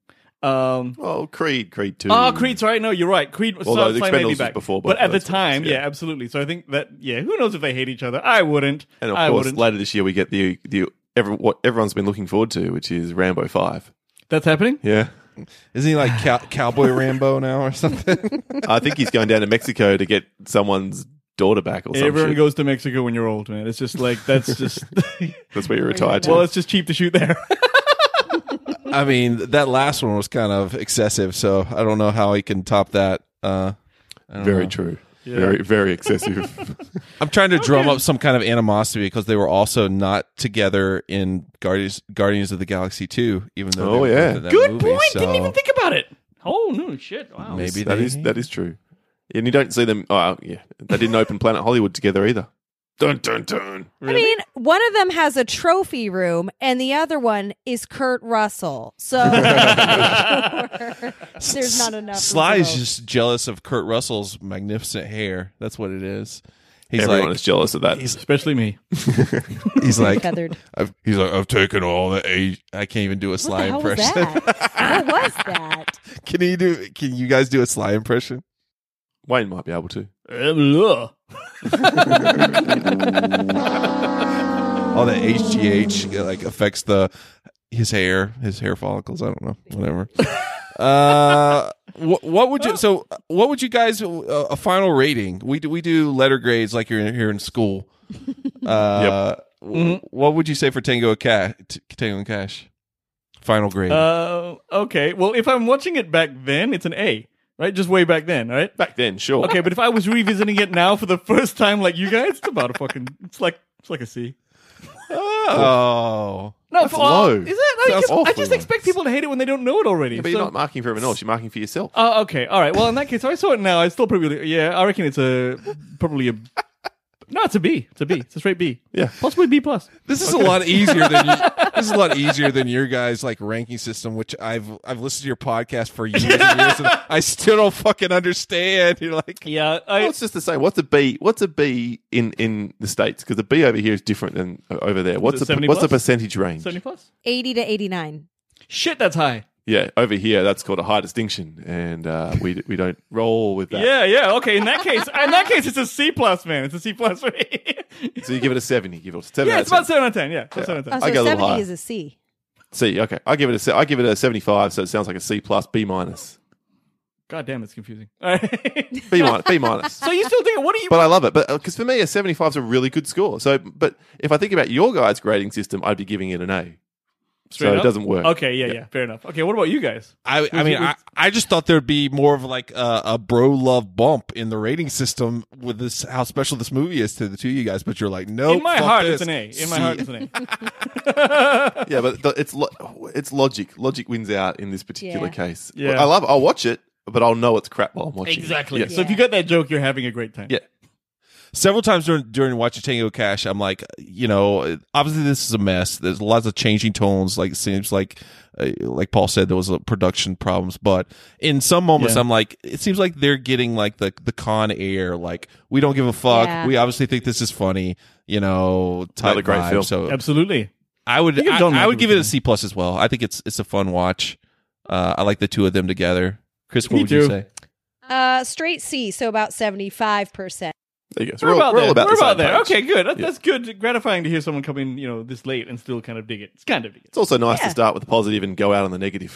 S3: Um,
S2: Oh, Creed, Creed two.
S3: Ah, Creed. Sorry, no, you're right. Creed. so
S2: Although The
S3: Sly may
S2: Expendables
S3: be
S2: was
S3: back.
S2: before both
S3: but at
S2: of
S3: the
S2: those
S3: time,
S2: movies,
S3: yeah.
S2: yeah.
S3: absolutely. So I think that yeah, who knows if they hate each other? I wouldn't.
S2: And of
S3: I
S2: course,
S3: wouldn't.
S2: later this year we get the the every, what everyone's been looking forward to, which is Rambo five.
S3: That's happening.
S2: Yeah,
S4: Isn't he like cow- Cowboy Rambo now or something?
S2: I think he's going down to Mexico to get someone's daughter back or something.
S3: Everyone goes to Mexico when you're old, man. It's just like that's just.
S2: That's where you retire to.
S3: well, it's just cheap to shoot there.
S4: I mean, that last one was kind of excessive, so I don't know how he can top that. Uh,
S2: very true. Very very excessive.
S4: I'm trying to drum up some kind of animosity because they were also not together in Guardians Guardians of the Galaxy 2, even though. they
S2: Oh,
S4: were
S2: yeah.
S4: both in that
S3: Good
S4: movie,
S3: point.
S4: so
S3: Didn't even think about it. Oh no, shit. Wow.
S4: Maybe
S2: that
S4: they-
S2: is that is true. And you don't see them. Oh yeah, they didn't open Planet Hollywood together either. Dun dun dun.
S1: I mean, one of them has a trophy room and the other one is Kurt Russell. So there's not enough. room
S4: Sly
S1: for
S4: is
S1: both.
S4: just jealous of Kurt Russell's magnificent hair. That's what it is. He's
S2: Everyone
S4: like,
S2: is jealous of that.
S3: Especially me.
S4: he's like,
S1: feathered.
S4: I've, he's like, I've taken all the age. I can't even do a
S1: What the
S4: Sly
S1: hell was
S4: impression.
S1: that? what was that?
S4: can you do? Can you guys do a Sly impression?
S2: Wayne might be able to.
S4: All that HGH uh, like affects the his hair, his hair follicles. I don't know, whatever. uh, what, what would you? So, what would you guys? Uh, a final rating? We do we do letter grades like you're in, here in school. Uh, w- What would you say for Tango and Cash? T- Tango and Cash. Final grade.
S3: Uh, okay. Well, if I'm watching it back then, it's an A, right? Just way back then, right?
S2: Back then, sure.
S3: Okay, but if I was revisiting it now for the first time, like you guys, it's about a fucking. It's like it's like a C.
S4: oh.
S3: No,
S2: That's
S3: for- uh,
S2: low.
S3: Is that? I
S2: That's
S3: just, I
S2: awful
S3: just
S2: low.
S3: expect people to hate it when they don't know it already.
S2: Yeah, but you're
S3: so-
S2: not marking for everyone else. You're marking for yourself.
S3: Oh, okay. All right. Well, in that case, I saw it now. I still probably yeah. I reckon it's a probably a. No, it's a B. It's a B. It's a straight B.
S2: Yeah.
S3: Possibly B plus.
S4: This is a lot easier than you, this is a lot easier than your guys like ranking system, which I've I've listened to your podcast for years and years, and I still don't fucking understand. You're like,
S3: Yeah. I,
S2: Well, it's just the same. What's a B? What's a B in in the states? Because a B over here is different than o- over there. What's
S3: it
S2: a
S3: 70
S2: what's the
S3: plus?
S2: percentage range?
S3: seventy plus.
S1: 80 to 89.
S3: Shit, that's high.
S2: Yeah, over here that's called a high distinction, and uh, we we don't roll with that.
S3: Yeah, yeah. Okay, in that case, in that case, it's a C plus, man. It's a C plus for me.
S2: So you give it a seventy. Give it a seven.
S3: yeah,
S2: out
S3: it's
S2: of
S3: about seven out of ten. Yeah, about seven out of
S1: Oh,
S3: ten.
S1: so
S2: I go a little
S1: 70
S2: high.
S1: is a C.
S2: C. Okay, I give it a se- I give it a seventy-five. So it sounds like a C plus, B minus,
S3: God damn, it's confusing. All right.
S2: B minus, B minus.
S3: so you still think? What are you?
S2: But I love it. But because for me, a seventy-five is a really good score. So, but if I think about your guys' grading system, I'd be giving it an A.
S3: Straight
S2: so it
S3: up?
S2: doesn't work.
S3: Okay, yeah, yeah, fair enough. Okay, what about you guys?
S4: I, I mean, I, I just thought there'd be more of like a, a bro love bump in the rating system with this how special this movie is to the two of you guys, but you're like, no,
S2: oh,
S3: in my
S4: fuck
S3: heart,
S4: this.
S3: it's an A. In my
S4: See-
S3: heart, it's an A.
S2: Yeah, but the, it's lo- it's logic. Logic wins out in this particular
S1: Yeah.
S2: case.
S3: Yeah.
S2: I love. It. I'll watch it, but I'll know it's crap while I'm watching. it.
S3: So if you got that joke, you're having a great time.
S2: Yeah.
S4: several times during during watching Tango Cash, I'm like, you know, obviously this is a mess. There's lots of changing tones. Like it seems like, uh, like Paul said, there was uh, production problems. But in some moments,
S3: Yeah.
S4: I'm like, it seems like they're getting like the the con air. Like we don't give a fuck.
S1: Yeah.
S4: We obviously think this is funny. You know, type
S2: Another great
S4: vibe.
S2: film.
S4: So
S3: Absolutely.
S4: I would
S3: You could've
S4: I,
S3: done
S4: I
S3: that
S4: would
S3: if
S4: give
S3: you
S4: it a
S3: could.
S4: C plus as well. I think it's it's a fun watch. Uh, I like the two of them together. Chris, what
S3: Me
S4: would you
S3: too.
S4: say?
S1: Uh, straight C, so about 75%.
S2: There you go. So
S3: We're,
S2: we're, all- we're
S3: about there.
S2: all about
S3: we're
S2: the same
S3: about there.
S2: page.
S3: Okay, good. That- That's good. Gratifying to hear someone come in, you know, this late and still kind of dig it. It's kind of dig it.
S2: It's also nice
S1: Yeah.
S2: to start with the positive and go out on the negative.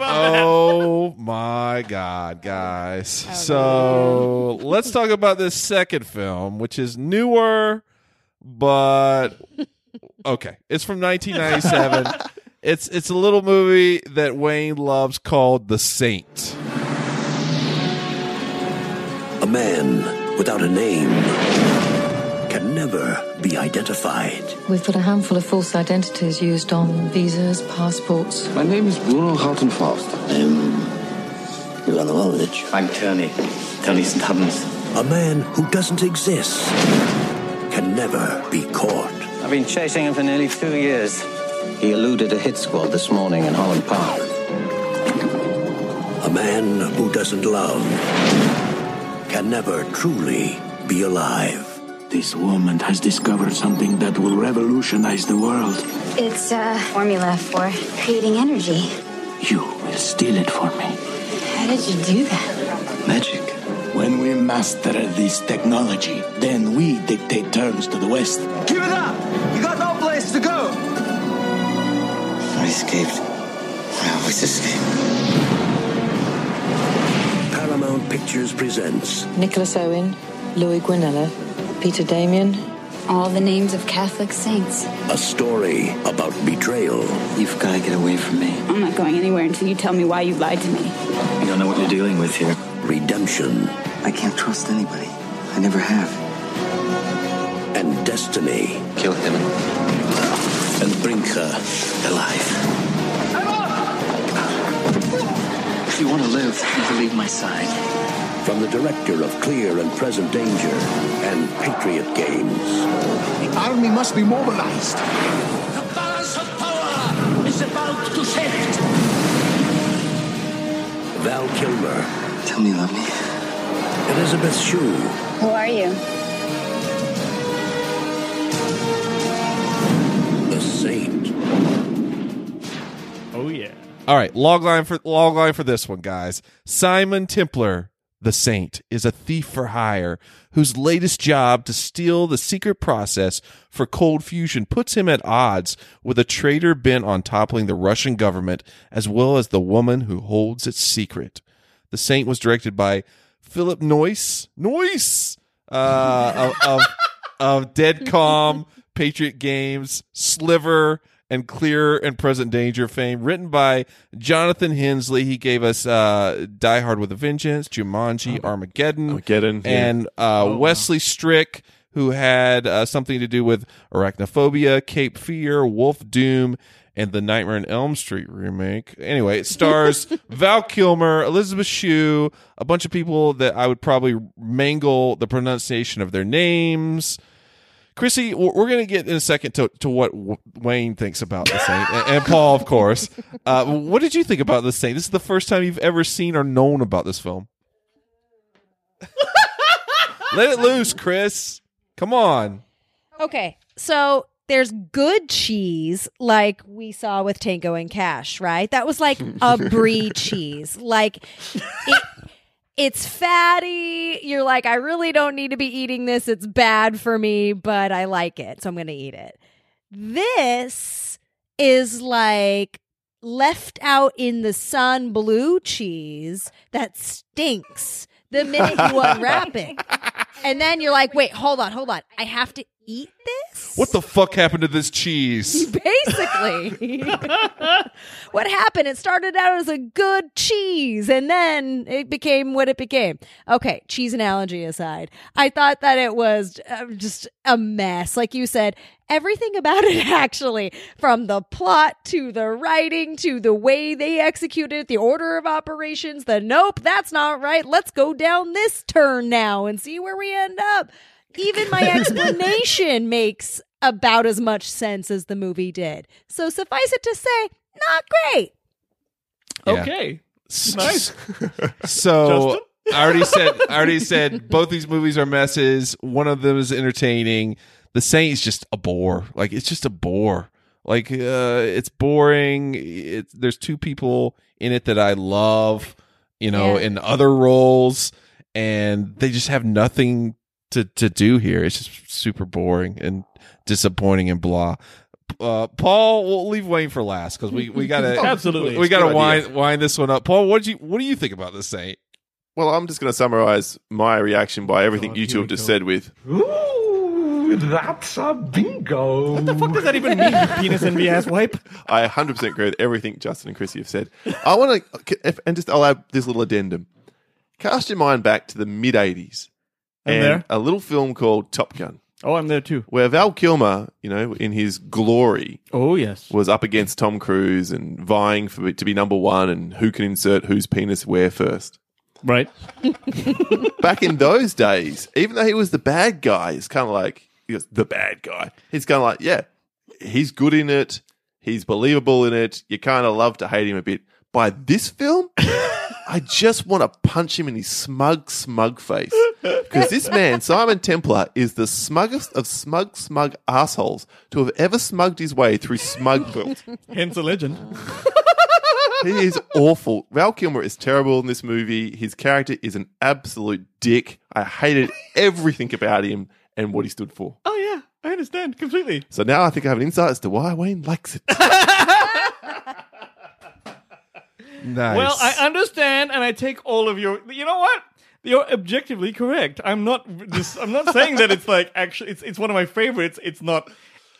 S4: Oh my God, guys. so let's talk about this second film, which is newer, but okay. It's from 1997. it's it's a little movie that Wayne loves called The Saint.
S7: A man without a name can never be identified.
S9: We've got a handful of false identities used on visas, passports.
S6: My name is Bruno Hartenfaust.
S7: I'm Ivanovich.
S8: I'm Tony. Tony St. Hubbins.
S7: A man who doesn't exist can never be caught.
S8: I've been chasing him for nearly two years. He eluded a hit squad this morning in Holland Park.
S7: A man who doesn't love can never truly be alive. This woman has discovered something that will revolutionize the world.
S9: It's a formula for creating energy.
S7: You will steal it for me.
S9: How did you do that?
S7: Magic. When we master this technology, then we dictate terms to the West.
S5: Give it up! You got no place to go!
S8: I escaped. I always escape.
S7: Paramount Pictures presents
S9: Nicholas Owen, Louis Guinella, Peter Damien. All the names of Catholic saints.
S7: a story about betrayal,
S8: You've got to get away from me.
S9: I'm not going anywhere until you tell me why you lied to me.
S8: You don't know what you're dealing with here.
S7: redemption,
S8: I can't trust anybody. I never have.
S7: and destiny,
S8: Kill him.
S7: and bring her alive.
S8: If you want to live, never leave my side.
S7: From the director of Clear and Present Danger and Patriot Games.
S6: The army must be mobilized.
S7: Val Kilmer,
S8: Tell me you love me.
S7: Elizabeth Shue,
S9: Who are you?
S7: The Saint.
S3: Oh, yeah.
S4: All right, log line for log line for this one, guys. Simon Templar, the saint, is a thief for hire whose latest job to steal the secret process for cold fusion puts him at odds with a traitor bent on toppling the Russian government as well as the woman who holds its secret. The Saint was directed by Philip Noyce, Noyce uh, of, of of Dead Calm, Patriot Games, Sliver, and Clear and Present Danger fame. Written by Jonathan Hensley. He gave us uh, Die Hard with a Vengeance, Jumanji, Armageddon,
S2: Oh. Armageddon, yeah.
S4: and uh, Wesley Strick. Who had uh, something to do with arachnophobia, Cape Fear, Wolf Doom, and the Nightmare on Elm Street remake. Anyway, it stars Val Kilmer, Elizabeth Shue, a bunch of people that I would probably mangle the pronunciation of their names. Chrissy, w- we're going to get in a second to, to what w- Wayne thinks about the Saint and, and Paul, of course. Uh, what did you think about the Saint? This is the first time you've ever seen or known about this film. Let it loose, Chris. Come on.
S1: Okay, so there's good cheese like we saw with Tango and Cash, right? That was like a brie cheese. Like it, it's fatty. You're like, I really don't need to be eating this. It's bad for me, but I like it, so I'm going to eat it. This is like left out in the sun blue cheese that stinks the minute you unwrap it. And then you're like, wait, hold on, hold on. I have to eat this?
S4: What the fuck happened to this cheese?
S1: Basically, what happened? It started out as a good cheese and then it became what it became. Okay, cheese analogy aside, I thought that it was uh, just a mess. Like you said, everything about it actually, from the plot to the writing to the way they executed it, the order of operations, the nope, that's not right. Let's go down this turn now and see where we end up. Even my explanation makes about as much sense as the movie did. So suffice it to say, not great.
S3: Okay. Nice.
S4: So I already said I already said both these movies are messes. One of them is entertaining. The Saint is just a bore. Like it's just a bore. Like uh, it's boring. It, there's two people in it that I love, you know,
S1: Yeah.
S4: in other roles, and they just have nothing to to do here. It's just super boring and disappointing and blah. Uh, Paul, we'll leave Wayne for last because we we gotta
S2: Oh.
S3: Absolutely.
S4: we gotta
S2: Good idea.
S4: wind wind this one up. Paul, what do you what do you think about the Saint?
S2: Well, I'm just going to summarize my reaction by everything
S3: Oh,
S2: you two have just said with
S10: Ooh, that's a bingo.
S3: What the fuck does that even mean, you penis envy ass wipe?
S2: I 100% agree with everything Justin and Chrissy have said. I want to, and just I'll add this little addendum. Cast your mind back to the mid 80s
S3: I'm
S2: and
S3: there.
S2: a little film called Top Gun,
S3: Oh, I'm there too.
S2: where Val Kilmer, you know, in his glory,
S3: Oh, yes.
S2: was up against Tom Cruise and vying for to be number one and who can insert whose penis where first.
S3: Right.
S2: Back in those days, even though he was the bad guy, it's kind of like he goes, the bad guy. He's kind of like, yeah, he's good in it. He's believable in it. You kind of love to hate him a bit. By this film, I just want to punch him in his smug, smug face. Because this man, Simon Templar, is the smuggest of smug, smug assholes to have ever smugged his way through smug films.
S3: Hence a legend.
S2: He is awful. Val Kilmer is terrible in this movie. His character is an absolute dick. I hated everything about him and what he stood for.
S3: Oh, yeah. I understand completely.
S2: So now I think I have an insight as to why Wayne likes it.
S4: Nice.
S3: Well, I understand, and I take all of your. You know what? You're objectively correct. I'm not. Just, I'm not saying that it's like actually. It's it's one of my favorites. It's not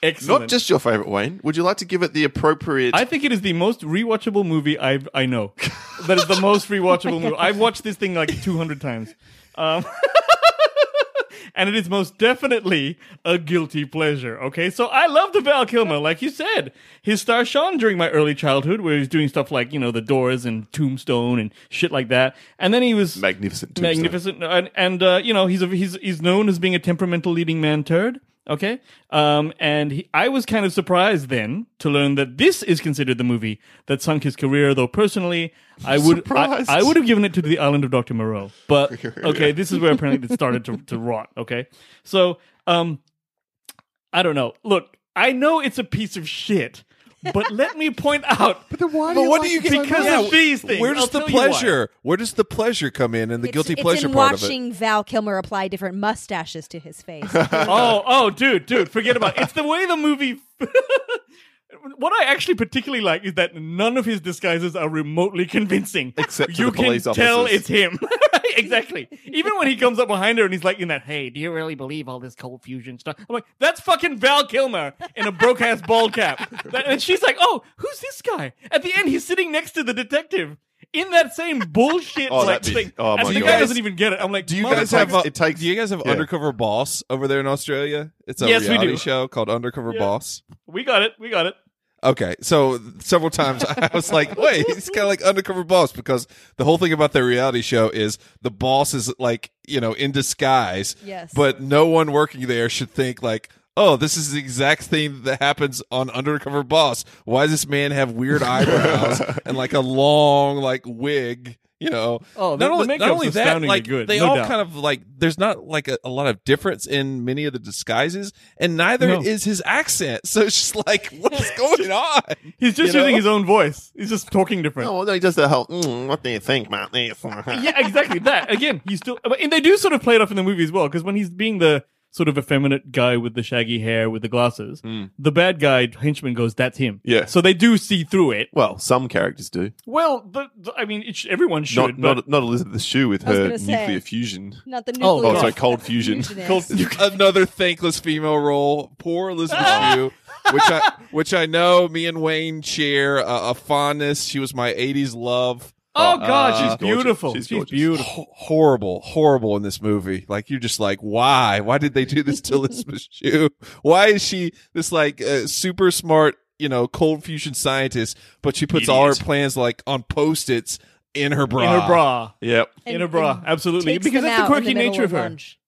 S3: excellent.
S2: Not just your favorite, Wayne. Would you like to give it the appropriate?
S3: I think it is the most rewatchable movie I I know. that is the most rewatchable movie. I've watched this thing like 200 times. Um, and it is most definitely a guilty pleasure. Okay, so I love the Val Kilmer, like you said. His star shone during my early childhood, where he was doing stuff like you know the Doors and Tombstone and shit like that. And then he was
S2: Magnificent. Tombstone.
S3: magnificent, and, and uh, you know he's a, he's he's known as being a temperamental leading man turd. Okay, um, and he, I was kind of surprised then to learn that this is considered the movie that sunk his career. Though personally, I would I,
S2: Surprised.
S3: I would have given it to the Island of Doctor Moreau, but okay, this is where apparently it started to to rot. Okay, so um, I don't know. Look, I know it's a piece of shit. But let me point out. But then why?
S4: But what do you get?
S3: Because
S4: yeah,
S3: of these things.
S4: Where does
S3: I'll
S4: the
S3: tell you why.
S4: pleasure? Where does the pleasure come in and the
S1: It's-
S4: guilty
S1: it's
S4: pleasure
S1: in
S4: part of it?
S1: watching Val Kilmer apply different mustaches to his face.
S3: oh, oh, dude, dude, forget about it. It's the way the movie. what I actually particularly like is that none of his disguises are remotely convincing.
S2: Except to
S3: you
S2: the police
S3: can tell
S2: officers.
S3: it's him. Right? exactly. Even when he comes up behind her and he's like in that, "Hey, do you really believe all this cold fusion stuff?" I'm like, "That's fucking Val Kilmer in a broke ass bald cap." That- and she's like, "Oh, who's this guy?" At the end, he's sitting next to the detective. In that same bullshit
S2: Oh,
S3: like
S2: that bit.
S3: thing,
S2: Oh,
S3: and
S2: my
S3: the
S2: God.
S3: guy doesn't even get it. I'm like,
S4: Do you
S3: "Mother-
S4: guys
S2: it
S4: have
S2: takes-
S4: a,
S2: it takes-
S4: Do you guys have
S2: yeah.
S4: Undercover Boss over there in Australia? It's a
S3: Yes, we do.
S4: reality show called Undercover Boss.
S3: We got it. We got it."
S4: Okay, so several times I was like, "Wait, it's kind of like Undercover Boss," because the whole thing about their reality show is the boss is like you know in disguise.
S1: Yes.
S4: But no one working there should think like, "Oh, this is the exact thing that happens on Undercover Boss." Why does this man have weird eyebrows and like a long like wig? You know,
S3: Oh, the-
S4: not
S3: the
S4: only, not
S3: makeup's
S4: only that,
S3: astoundingly
S4: like
S3: good,
S4: they
S3: no
S4: all
S3: doubt.
S4: kind of like there's not like a, a lot of difference in many of the disguises, and neither
S3: No.
S4: is his accent. So it's just like, what is going on?
S3: He's just
S4: You know?
S3: using his own voice. He's just talking different.
S2: Oh, no, he does the whole, mm, what do you think about this?
S3: Yeah, exactly that. Again, he's still, but- and they do sort of play it off in the movie as well. Because when he's being the sort of effeminate guy with the shaggy hair with the glasses, the bad guy henchman goes, "That's him."
S2: Yeah.
S3: So they do see through it.
S2: Well, some characters do.
S3: Well, the, the- I mean, it sh- everyone should.
S2: not, not
S3: but
S2: not Elizabeth Shue with
S3: I was
S2: her
S3: gonna say,
S2: nuclear fusion.
S1: not the
S2: Oh,
S1: nuclear.
S2: oh, sorry, cold fusion.
S1: Fusion is.
S2: Cold-
S4: Another thankless female role. Poor Elizabeth Shue, which I which I know me and Wayne share uh, a fondness. She was my '80s love.
S3: Oh, God, she's
S4: gorgeous.
S3: beautiful. She's
S4: gorgeous.
S3: beautiful.
S4: Ho- horrible, horrible in this movie. Like you're just like, why? Why did they do this to Elizabeth Shue? Why is she this like uh, super smart, you know, cold fusion scientist? But she puts all her
S3: Idiot.
S4: plans like on post its in her bra.
S3: in her bra.
S2: Yep.
S3: In
S1: And-
S3: her bra,
S1: and
S3: absolutely,
S1: takes
S3: because
S1: them
S3: that's the
S1: out in
S3: quirky
S1: middle
S3: nature of her.
S1: lunch.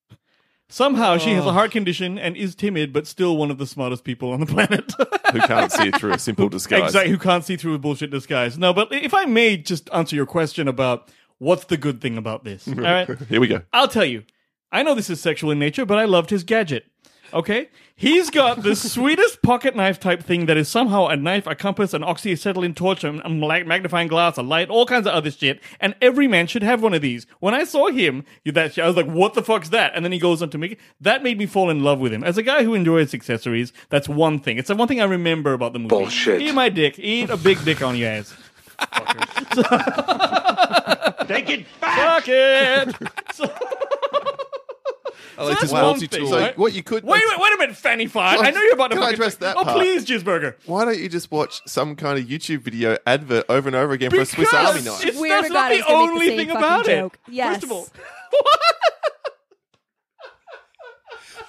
S3: Somehow she has
S4: Oh.
S3: a heart condition and is timid, but still one of the smartest people on the planet.
S2: who can't see it through a simple disguise.
S3: Exactly, who can't see through a bullshit disguise. No, but if I may just answer your question about what's the good thing about this. All right.
S2: Here we go.
S3: I'll tell you. I know this is sexual in nature, but I loved his gadget. Okay? He's got the sweetest pocket knife type thing that is somehow a knife, a compass, an oxyacetylene torch, a a mag- magnifying glass, a light, all kinds of other shit. And every man should have one of these. When I saw him, that shit, I was like, what the fuck's that? And then he goes on to make it. That made me fall in love with him. As a guy who enjoys accessories, that's one thing. It's the one thing I remember about the movie.
S10: Bullshit.
S3: Eat my dick. Eat a big dick on your ass.
S10: Take it
S3: Fuck it!
S4: I like
S3: That's
S4: this
S3: one
S4: multi
S3: thing,
S4: tool.
S2: So
S3: right?
S2: what you could
S3: Wait, wait, wait a minute, Fanny Fine.
S2: Can I-
S3: I know you're about to.
S2: can I
S3: fucking-
S2: address that
S3: Oh,
S2: part?
S3: please, Cheeseburger.
S2: Why don't you just watch some kind of YouTube video advert over and over again for a Swiss Army knife?
S3: it's
S1: Swear to
S3: that's
S1: God,
S3: not
S1: I
S3: the
S1: was gonna make the
S3: only
S1: same
S3: thing
S1: fucking
S3: about
S1: joke.
S3: it.
S1: Yes.
S3: First of all,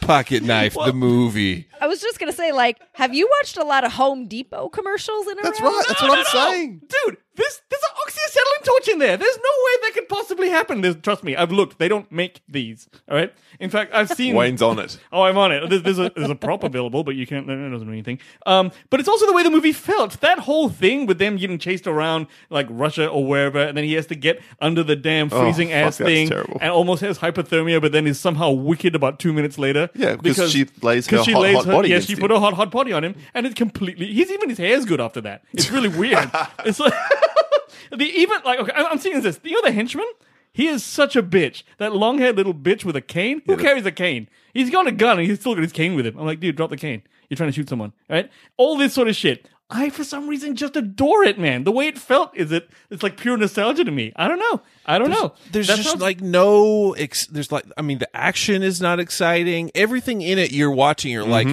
S4: Pocket knife, the movie.
S1: I was just gonna say, like, have you watched a lot of Home Depot commercials in a
S2: That's
S1: row?
S2: right. That's
S3: No,
S2: what I'm
S3: no, no.
S2: saying.
S3: dude, this there's an oxyacetylene torch in there. There's no way that could possibly happen. There's, trust me, I've looked. They don't make these. All right. In fact, I've seen.
S2: Wayne's on it.
S3: Oh, I'm on it. There's, there's, a, there's a prop available, but you can't. That doesn't mean anything. Um, but it's also the way the movie felt. That whole thing with them getting chased around like Russia or wherever, and then he has to get under the damn
S2: Oh,
S3: freezing
S2: fuck,
S3: ass
S2: that's
S3: thing,
S2: terrible.
S3: and almost has hypothermia, but then is somehow wicked about two minutes later.
S2: Yeah, because she lays
S3: 'cause
S2: her
S3: she
S2: hot-
S3: lays
S2: hot body
S3: Yeah,
S2: against
S3: she
S2: him.
S3: put a hot hot body on him, and it completely. He's even his hair's good after that. It's really weird. it's like the even like okay, I'm, I'm seeing this. You know the henchman. He is such a bitch. That long haired little bitch with a cane. Who carries a cane? He's got a gun and he's still got his cane with him. I'm like, dude, drop the cane. You're trying to shoot someone, right? All this sort of shit. I, for some reason, just adore it, man. The way it felt is it. It's like pure nostalgia to me. I don't know. I don't know.
S4: There's
S3: That
S4: just
S3: sounds-
S4: like no. Ex- there's like I mean, the action is not exciting. Everything in it, you're watching. You're like,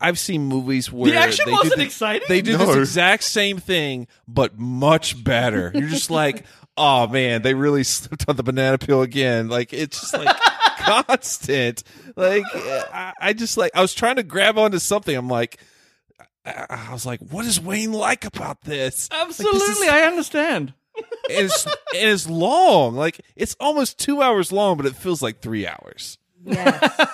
S4: I've seen movies where
S3: action
S4: they
S3: wasn't
S4: do the-
S3: exciting?
S4: They do
S2: No.
S4: this exact same thing, but much better. You're just like, oh man, they really slipped on the banana peel again. Like it's just like constant. Like I, I just like I was trying to grab onto something. I'm like. I I was like, "What is Wayne like about this?" Like, this is-
S3: absolutely. I understand.
S4: and it's, and it's long. Like it's almost two hours long, but it feels like three hours.
S1: Yes.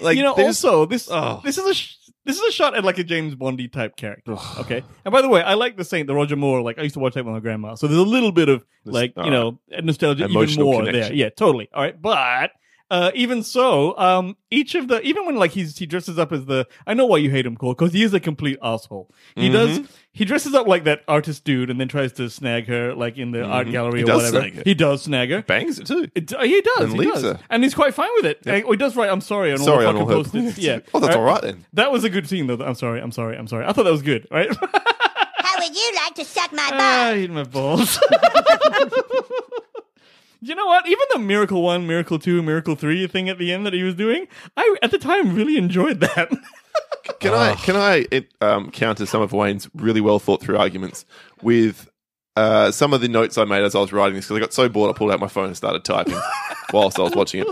S4: Like
S3: you know,
S4: there's-
S3: also this
S4: Oh.
S3: this is a sh- this is a shot at like a James Bondy type character. okay, and by the way, I like the Saint, the Roger Moore. Like I used to watch that with my grandma, so there's a little bit of like you
S2: all
S3: know nostalgia, even
S2: Emotional
S3: more
S2: connection.
S3: there. Yeah, totally. All right, but. Uh, even so, um, each of the even when like he's he dresses up as the I know why you hate him, Cole, because he is a complete asshole.
S2: Mm-hmm.
S3: He does he dresses up like that artist dude and then tries to snag her like in the art
S2: Mm-hmm.
S3: gallery
S2: He
S3: or
S2: does
S3: whatever.
S2: snag her.
S3: He does snag her.
S2: Bangs it too.
S3: It, uh, he does.
S2: And
S3: he
S2: leaves
S3: does.
S2: her.
S3: And he's quite fine with it. And- oh, he does right. I'm sorry on
S2: Sorry
S3: all
S2: on
S3: the
S2: all
S3: fucking
S2: her
S3: post-its.
S2: post-its.
S3: Yeah. Uh,
S2: Oh, that's all right then.
S3: That was a good scene, though. I'm sorry. I'm sorry. I'm sorry. I thought that was good, right?
S11: How would you like to suck my
S3: Ah,
S11: butt?
S3: I hate my balls. You know what? Even the Miracle One, Miracle Two, Miracle Three thing at the end that he was doing, I at the time really enjoyed that.
S2: Can I can I it, um, counter some of Wayne's really well thought through arguments with uh, some of the notes I made as I was writing this because I got so bored I pulled out my phone and started typing whilst I was watching it.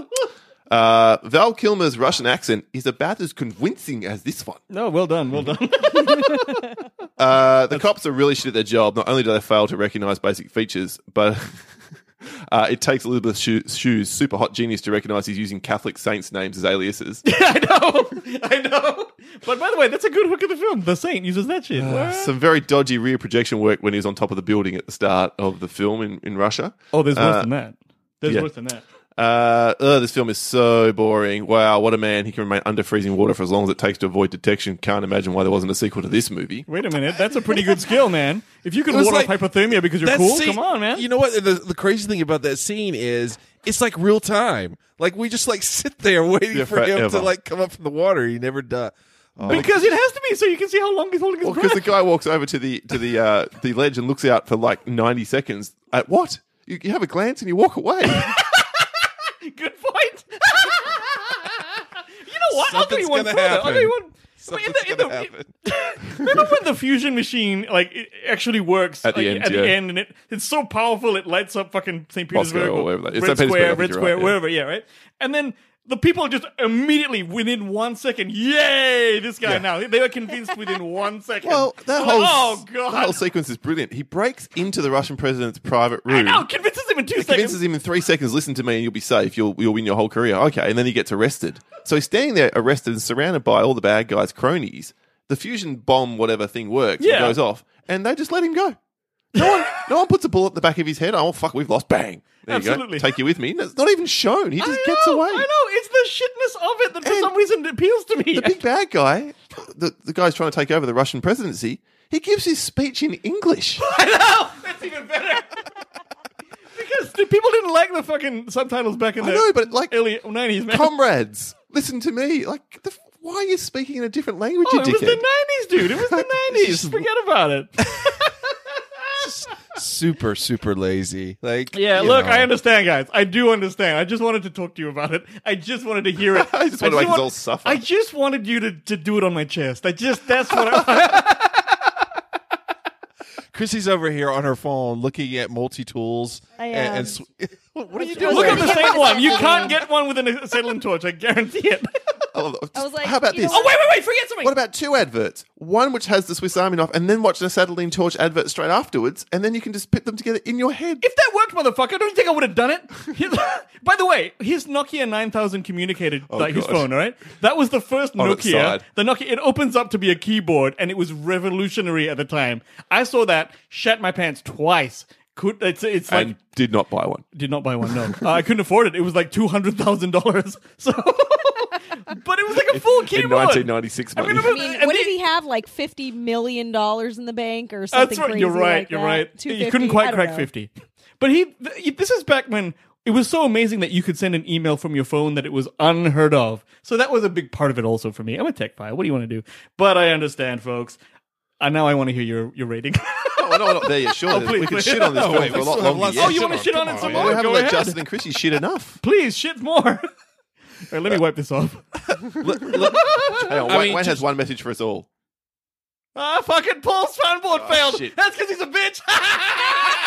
S2: Uh, Val Kilmer's Russian accent is about as convincing as this one.
S3: no, well done, well done.
S2: Uh, the cops are really shit at their job. Not only do they fail to recognize basic features, but uh, it takes Elizabeth Shue- Shue's super hot genius to recognize he's using Catholic saints' names as aliases.
S3: I know, I know. But by the way, that's a good hook of the film. The Saint uses that
S2: Uh,
S3: shit. What?
S2: Some very dodgy rear projection work when he was on top of the building at the start of the film in, in Russia.
S3: oh, there's worse
S2: uh,
S3: than that. There's
S2: yeah.
S3: worse than that.
S2: Uh, ugh, this film is so boring. Wow, what a man. He can remain under freezing water for as long as it takes to avoid detection. Can't imagine why there wasn't a sequel to this movie.
S3: Wait a minute, that's a pretty good skill, man. If you can
S4: It was
S3: ward off
S4: like-
S3: hypothermia because you're
S4: that
S3: cool,
S4: scene-
S3: come on, man.
S4: You know what? The, the crazy thing about that scene is it's like real time. Like we just like sit there waiting
S2: Yeah,
S4: for him
S2: forever.
S4: to like come up from the water. He never does.
S3: Oh. because it has to be, so you can see how long he's holding his
S2: because
S3: breath.
S2: the guy walks over to the to the uh, the ledge and looks out for like ninety seconds. At what? You, you have a glance and you walk away.
S3: Good point. you know what? I'll tell you
S4: Something's
S3: one
S4: gonna
S3: further. I'll tell you
S4: happen.
S3: one. I mean, in the- in the- Remember when the fusion machine like it actually works
S2: At the
S3: like,
S2: end,
S3: at the
S2: yeah.
S3: end and it, it's so powerful it lights up fucking St.
S2: Moscow
S3: Petersburg
S2: or
S3: or
S2: wherever that- it's
S3: Red
S2: St. Petersburg, I
S3: Square,
S2: think
S3: Red
S2: you're
S3: Square,
S2: right, yeah.
S3: wherever, yeah, right? And then the people just immediately within one second, yay, this guy
S2: Yeah.
S3: now. They were convinced within one second.
S2: Well, that
S3: They're
S2: whole
S3: like, oh
S2: that
S3: god.
S2: whole sequence is brilliant. He breaks into the Russian president's private
S3: I
S2: room.
S3: know, convinces him in two seconds.
S2: convinces him in three seconds, listen to me and you'll be safe. You'll, you'll win your whole career. Okay. And then he gets arrested. So he's standing there arrested and surrounded by all the bad guys' cronies. The fusion bomb, whatever thing works, it
S3: Yeah.
S2: goes off. And they just let him go. No one, no one puts a bullet in the back of his head. Oh, fuck, we've lost. Bang. There
S3: Absolutely.
S2: you go. Take you with me. And It's not even shown. He just
S3: I
S2: gets
S3: know,
S2: away.
S3: I know, it's the shitness of it that for some reason appeals to me.
S2: The big bad guy, the, the guy's trying to take over the Russian presidency, he gives his speech in English.
S3: I know. That's even better. because the people didn't like the fucking subtitles back in
S2: I
S3: the
S2: know, but like,
S3: early nineties, man.
S2: comrades, listen to me. Like, the, f- why are you speaking in a different language,
S3: oh,
S2: you
S3: it was the
S2: dickhead?
S3: nineties, dude. It was the nineties. Forget about it.
S4: super super lazy. Like
S3: Yeah,
S4: you
S3: look,
S4: know.
S3: I understand, guys. I do understand. I just wanted to talk to you about it. I just wanted to hear it. I
S2: just wanted to make us all suffer.
S3: I just wanted you to, to do it on my chest. I just that's what I
S4: Chrissy's over here on her phone looking at multi tools.
S3: I
S4: and,
S3: am.
S4: and sw- what are you doing?
S3: look at the same one. You can't get one with an acetylene torch. I guarantee it.
S2: I love that.
S1: I was like,
S2: How about
S1: you know
S2: this?
S3: Oh wait, wait, wait! Forget something.
S2: What about two adverts? One which has the Swiss Army knife, and then watch an acetylene torch advert straight afterwards, and then you can just put them together in your head.
S3: If that worked, motherfucker, don't you think I would have done it? By the way, his Nokia 9000 communicated like his
S2: Oh, God.
S3: phone, all right? That was the first
S2: On its
S3: Nokia.
S2: side.
S3: The Nokia it opens up to be a keyboard and it was revolutionary at the time. I saw that, shat my pants twice. Could it's it's like
S2: and did not buy one.
S3: did not buy one. No, uh, I couldn't afford it. It was like two hundred thousand dollars. So, but it was like a full keyboard.
S2: 1996
S3: I
S2: money.
S3: remember-
S1: I mean,
S3: and
S1: what
S3: they-
S1: did he have? Like fifty million dollars in the bank or something?
S3: That's right.
S1: Crazy
S3: You're right.
S1: like
S3: you're
S1: that?
S3: right. You
S1: 250,
S3: couldn't
S1: I
S3: quite
S1: don't
S3: crack
S1: know.
S3: fifty, but he. Th- this is back when it was so amazing that you could send an email from your phone that it was unheard of. So that was a big part of it, also for me. I'm a tech guy. What do you want to do? But I understand, folks. And now I want to hear your your rating.
S2: Oh, no, we're not there yet. Sure,
S3: Oh,
S2: we
S3: please,
S2: can
S3: please.
S2: shit on this
S4: Oh,
S2: film
S4: wait,
S2: for a
S4: we
S2: lot
S4: still have
S2: longer.
S4: lots
S2: yet.
S4: to
S3: oh, you want to
S4: on.
S3: shit on
S4: Come
S3: it
S4: on,
S3: some
S4: man.
S2: we
S3: more?
S2: haven't
S3: Go
S2: let
S3: ahead.
S2: Justin and Chrissy shit enough.
S3: Please shit more. Right, let me wipe this off.
S2: Hang on,
S4: I
S2: Wayne,
S4: mean,
S2: Wayne
S4: just-
S2: has one message for us all.
S3: Ah, fucking Paul's soundboard failed.
S2: shit.
S3: That's because he's a bitch.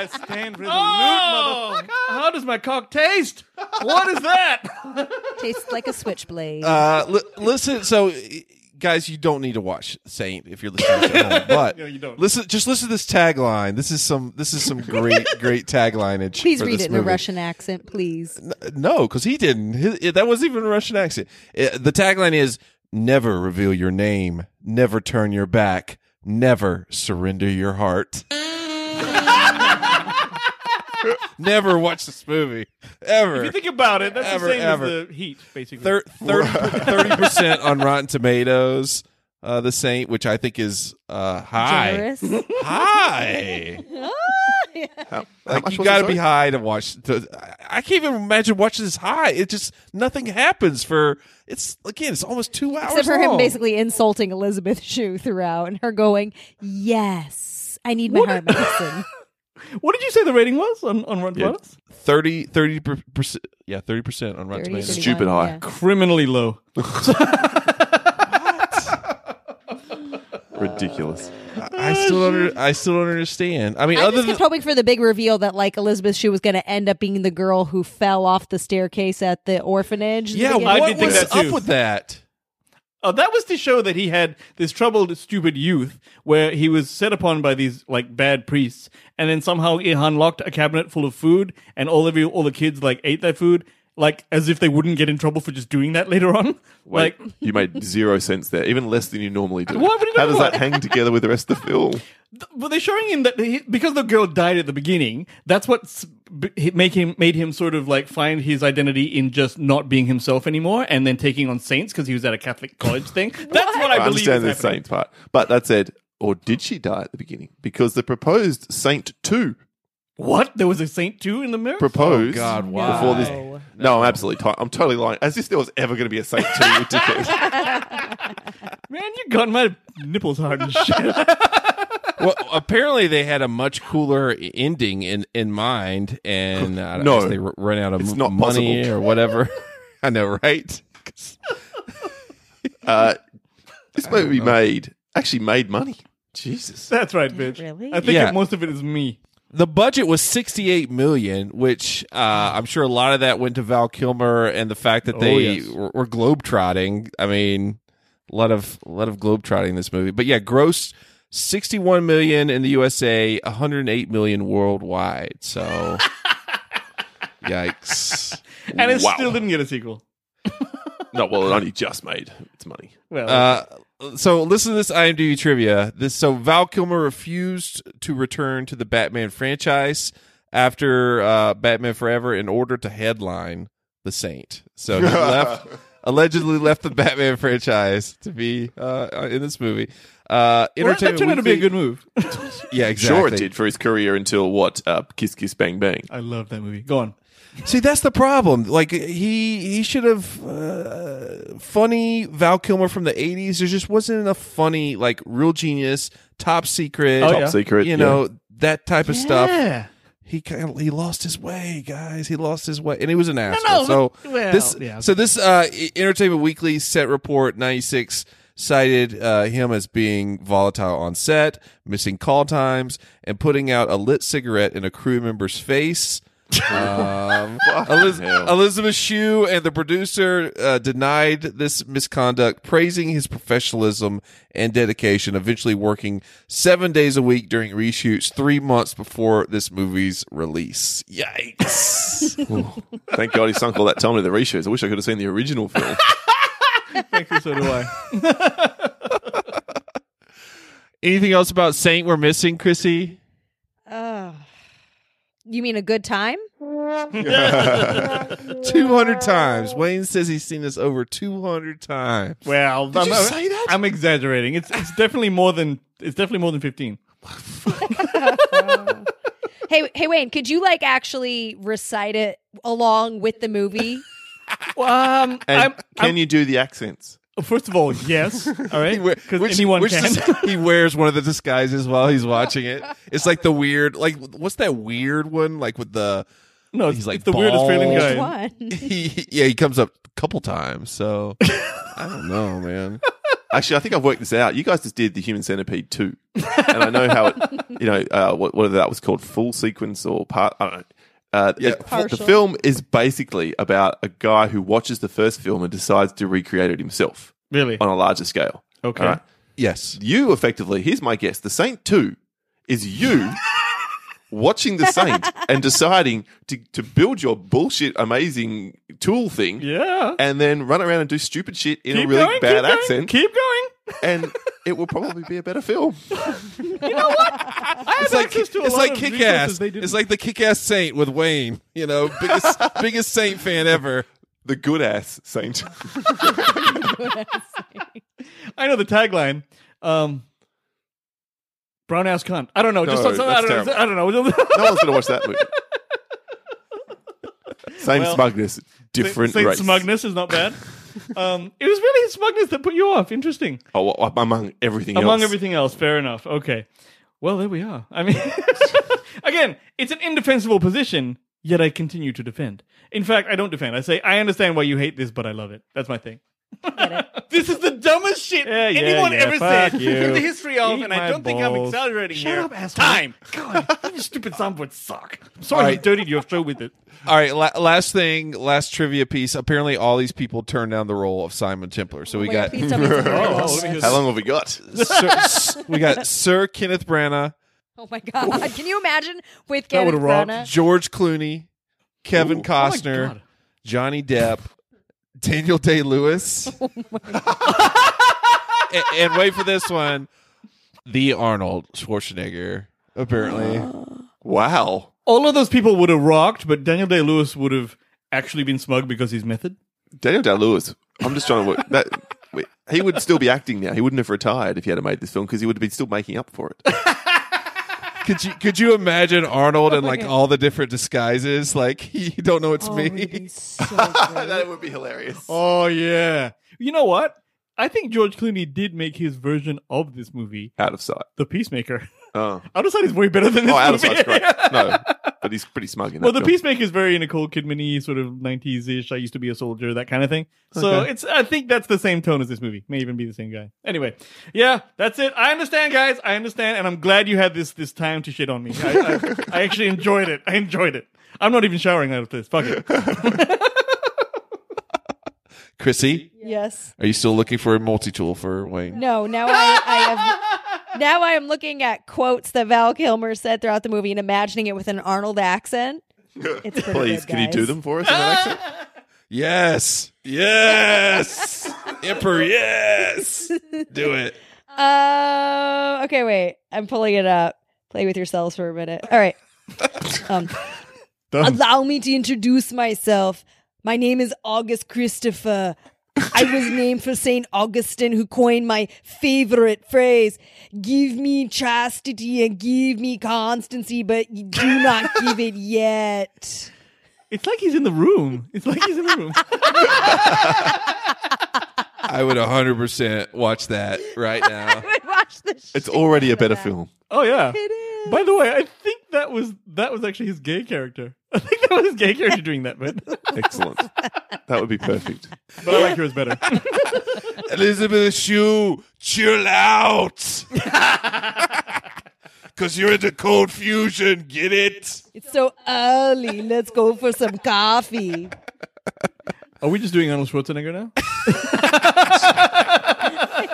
S3: I stand resolute, motherfucker. Oh, How does my cock taste? What is that?
S1: Tastes like a switchblade.
S4: Uh, li- listen, so eh, guys, you don't need to watch Saint if you're listening to home, but
S3: No, you don't.
S4: listen, just listen to this tagline. This is some this is some great great tagline.
S1: Please
S4: for
S1: read
S4: this
S1: it in
S4: movie.
S1: a
S4: Uh,
S1: Russian accent, please.
S4: No, because he didn't. His, it- that wasn't even a Russian accent. Eh, the tagline is "Never reveal your name, never turn your back, never surrender your heart." never watch this movie ever.
S3: If you think about it, that's
S4: Ever,
S3: the same
S4: ever.
S3: as the heat, basically.
S4: Thir- thir- 30% on Rotten Tomatoes, uh, The Saint, which I think is uh, high.
S1: Generous.
S4: High.
S2: How, how
S4: Like,
S2: much was
S4: you
S2: it,
S4: got to
S2: sorry?
S4: be high to watch. To, I- I can't even imagine watching this high. It just, nothing happens for, it's, again, it's almost two hours.
S1: Except for him
S4: long.
S1: basically insulting Elizabeth Shue throughout and her going, Yes, I need my heart medicine.
S3: what did you say the rating was on, on Rotten
S2: Yeah.
S3: Tomatoes?
S4: 30, 30%, yeah, 30% on
S1: 30,
S4: Rotten Tomatoes.
S1: 31,
S2: Stupid high.
S1: yeah.
S3: Criminally low.
S2: Ridiculous.
S4: I still don't, under- I still don't understand. I mean,
S1: I
S4: other
S1: just
S4: than,
S1: kept hoping for the big reveal that like Elizabeth Shue was going to end up being the girl who fell off the staircase at the orphanage. in the
S4: yeah,
S1: beginning.
S4: what
S3: I did think
S4: was
S3: that too.
S4: up with that?
S3: Oh, that was to show that he had this troubled, stupid youth where he was set upon by these like bad priests, and then somehow he unlocked a cabinet full of food, and all of you, all the kids like ate that food, like as if they wouldn't get in trouble for just doing that later on.
S2: Wait,
S3: Like
S2: you made zero sense there, even less than you normally do.
S3: What? What do you
S2: How
S3: mean
S2: does
S3: what?
S2: that hang together with the rest of the film?
S3: But they're showing him that he, because the girl died at the beginning, that's what make him made him sort of like find his identity in just not being himself anymore, and then taking on saints because he was at a Catholic college thing. That's what I,
S2: I,
S3: believe.
S2: understand the
S3: is happening.
S2: saint part. But that said, or did she die at the beginning? Because the proposed Saint 2
S3: What? There was a saint too in the mirror?
S2: proposed before this.
S3: No.
S2: No, I'm absolutely. T- I'm totally lying. As if there was ever going to be a saint too. ridiculous.
S3: Man, you got my nipples hard and shit.
S4: well, apparently they had a much cooler i- ending in, in mind, and uh,
S2: No.
S4: I guess they r- ran out of
S2: It's
S4: m-
S2: not
S4: money
S2: possible.
S4: or whatever. I know, right?
S2: Uh, this movie made actually made money. Jesus,
S3: That's right, bitch. Really? I think
S4: Yeah.
S3: it- most of it is me.
S4: The budget was sixty-eight million, which uh, I'm sure a lot of that went to Val Kilmer and the fact that
S3: Oh,
S4: they
S3: yes.
S4: were, were globetrotting. I mean, a lot of a lot of globetrotting in this movie, but yeah, gross sixty-one million in the USA, one hundred eight million worldwide. So, yikes!
S3: And it
S4: Wow.
S3: still didn't get a sequel.
S2: No, well, it only just made its money.
S3: Well,
S4: Uh, so listen to this IMDb trivia. This so Val Kilmer refused to return to the Batman franchise after uh, Batman Forever in order to headline The Saint. So he left allegedly left the Batman franchise to be uh, in this movie. Uh,
S3: well, that
S4: Entertainment
S3: turned out to be a
S4: Weekly-
S3: good move.
S4: Yeah, exactly.
S2: Sure, it did for his career until what? Uh, Kiss Kiss Bang Bang.
S3: I love that movie. Go on.
S4: See, that's the problem. Like he he should have uh, funny Val Kilmer from the '80s. There just wasn't enough funny, like real genius, top secret,
S2: Oh, Top yeah. secret,
S4: You
S2: yeah.
S4: know that type of
S3: Yeah.
S4: stuff. He kind of, he lost his way, guys. He lost his way, and he was an asshole.
S3: no,
S4: so
S3: but- well,
S4: this
S3: yeah.
S4: so this uh, Entertainment Weekly set report '96 cited uh, him as being volatile on set, missing call times, and putting out a lit cigarette in a crew member's face. Um, Eliz-
S2: hell.
S4: Elizabeth Shue and the producer uh, denied this misconduct, praising his professionalism and dedication, eventually working seven days a week during reshoots three months before this movie's release. Yikes.
S2: Thank God he sunk all that time into the reshoots. I wish I could have seen the original film.
S3: Thank you, so do I.
S4: Anything else about Saint we're missing, Chrissy?
S1: Ugh. you mean a good time?
S4: 200 times. Wayne says he's seen this over 200 times.
S3: Well, I'm,
S4: you
S3: I'm-
S4: say that?
S3: I'm exaggerating. It's it's definitely more than it's definitely more than fifteen.
S1: Hey, hey, Wayne, could you like actually recite it along with the movie?
S3: Um,
S2: And
S3: I'm,
S2: can you do the accents?
S3: Uh, first of all, yes. All right, because
S4: Which-
S3: anyone
S4: which
S3: can.
S4: is- he wears one of the disguises while he's watching it. It's like the weird, like what's that weird one? Like with the
S3: no,
S4: he's like
S3: it's the weird Australian
S4: bald.
S3: guy.
S1: One.
S4: He, yeah, he comes up a couple times. So I don't know, man.
S2: Actually, I think I've worked this out. You guys just did the Human Centipede two, and I know how it, you know, uh, what, whether that was called full sequence or part. I don't know. Uh,
S4: Yeah.
S2: it- the
S1: Partial.
S2: film is basically about a guy who watches the first film and decides to recreate it himself
S3: Really?
S2: on a larger scale.
S3: Okay.
S2: All right?
S4: Yes.
S2: You effectively, here's my guess: The Saint Two is you watching The Saint and deciding to to build your bullshit amazing tool thing.
S3: Yeah.
S2: And then run around and do stupid shit in
S3: Keep
S2: a really
S3: going,
S2: bad
S3: keep going,
S2: accent
S3: keep going.
S2: and it will probably be a better film.
S3: I have
S4: It's like
S3: access to a
S4: it's
S3: lot
S4: like
S3: of
S4: kick
S3: resources
S4: ass.
S3: they didn't.
S4: It's like the kick ass Saint with Wayne. You know, biggest biggest Saint fan ever.
S2: The good ass saint.
S3: I know the tagline. Um, brown ass cunt. I don't know. just
S2: No,
S3: something- I,
S2: that's
S3: don't know. I don't know.
S2: no one's going to watch that movie. Same
S3: Well,
S2: smugness, different
S3: Saint
S2: race.
S3: smugness is not bad. um, it was really his smugness that put you off. Interesting.
S2: Oh, well, well, among everything
S3: Among
S2: else.
S3: everything else, fair enough. Okay. Well, there we are. I mean, again, it's an indefensible position, yet I continue to defend. In fact, I don't defend. I say, I understand why you hate this, but I love it. That's my thing.
S12: This is the dumbest shit
S3: Yeah, yeah,
S12: anyone
S3: yeah,
S12: ever
S3: fuck
S12: said
S3: you.
S12: in the history of,
S3: Eat
S12: and I
S3: my
S12: don't think I'm
S3: balls.
S12: exaggerating
S3: Shut
S12: here.
S3: up, asshole.
S12: Time.
S3: God, you stupid soundboards suck. I'm sorry
S4: All
S3: I
S4: right.
S3: dirtied your show with it.
S4: All right, la- last thing, last trivia piece. Apparently, all these people turned down the role of Simon Templar. So we
S1: Wait,
S4: got
S1: please tell me it's a
S3: Oh,
S1: real
S3: let me
S1: one.
S3: just-
S2: How long have we got?
S4: Sir, s- we got Sir Kenneth Branagh,
S1: Oh my god! Can you imagine with
S3: That would've
S1: Kenneth
S3: rocked.
S1: Branagh?
S4: George Clooney, Kevin
S3: Ooh. Oh my
S4: Costner,
S3: God.
S4: Johnny Depp, Daniel Day Lewis,
S2: Oh
S4: and, and wait for this one, the Arnold Schwarzenegger. Apparently,
S2: Wow.
S3: All of those people would have rocked, but Daniel Day Lewis would have actually been smug because he's method.
S2: Daniel Day Lewis. I'm just trying to work that. wait, He would still be acting now. He wouldn't have retired if he had made this film because he would have been still making up for it.
S4: could you could you imagine Arnold in like all the different disguises? Like you don't know
S2: Oh
S4: it's me.
S2: that would be hilarious.
S3: Oh yeah. You know what? I think George Clooney did make his version of this movie.
S2: Out of sight.
S3: The Peacemaker.
S2: Oh.
S3: Out of sight is way better than this
S2: oh, out of
S3: movie.
S2: sight's great. No, but he's pretty smug in that
S3: well, the
S2: film.
S3: Peacemaker is very Nicole Kidman-y, sort of nineties ish. I used to be a soldier, that kind of thing. So
S2: Okay.
S3: it's I think that's the same tone as this movie. May even be the same guy. Anyway, yeah, that's it. I understand, guys. I understand, and I'm glad you had this this time to shit on me. I, I, I actually enjoyed it. I enjoyed it. I'm not even showering out of this. Fuck it.
S4: Chrissy,
S1: Yes.
S4: are you still looking for a multi tool for Wayne?
S1: No, now I, I have. Now I am looking at quotes that Val Kilmer said throughout the movie and imagining it with an Arnold accent. It's pretty
S4: Please,
S1: good,
S4: can you
S1: guys.
S4: do them
S2: for us in that accent?
S4: Yes, yes, Emperor, yes, do it.
S1: Uh, okay, wait. I'm pulling it up. Play with yourselves for a minute. All right. Um, allow me to introduce myself. My name is August Christopher. I was named for St. Augustine, who coined my favorite phrase give me chastity and give me constancy, but you do not give it yet.
S3: It's like he's in the room. It's like he's in the room.
S4: I would 100% watch that right now.
S1: Watch the
S2: It's already a better film.
S3: Oh yeah. By the way, I think that was that was actually his gay character. I think that was his gay character doing that bit.
S2: Excellent. That would be perfect.
S3: But I like yours better.
S4: Elizabeth Shue, chill out. Because you're into cold fusion, get it?
S1: It's so early. Let's go for some coffee.
S3: Are we just doing Arnold Schwarzenegger now?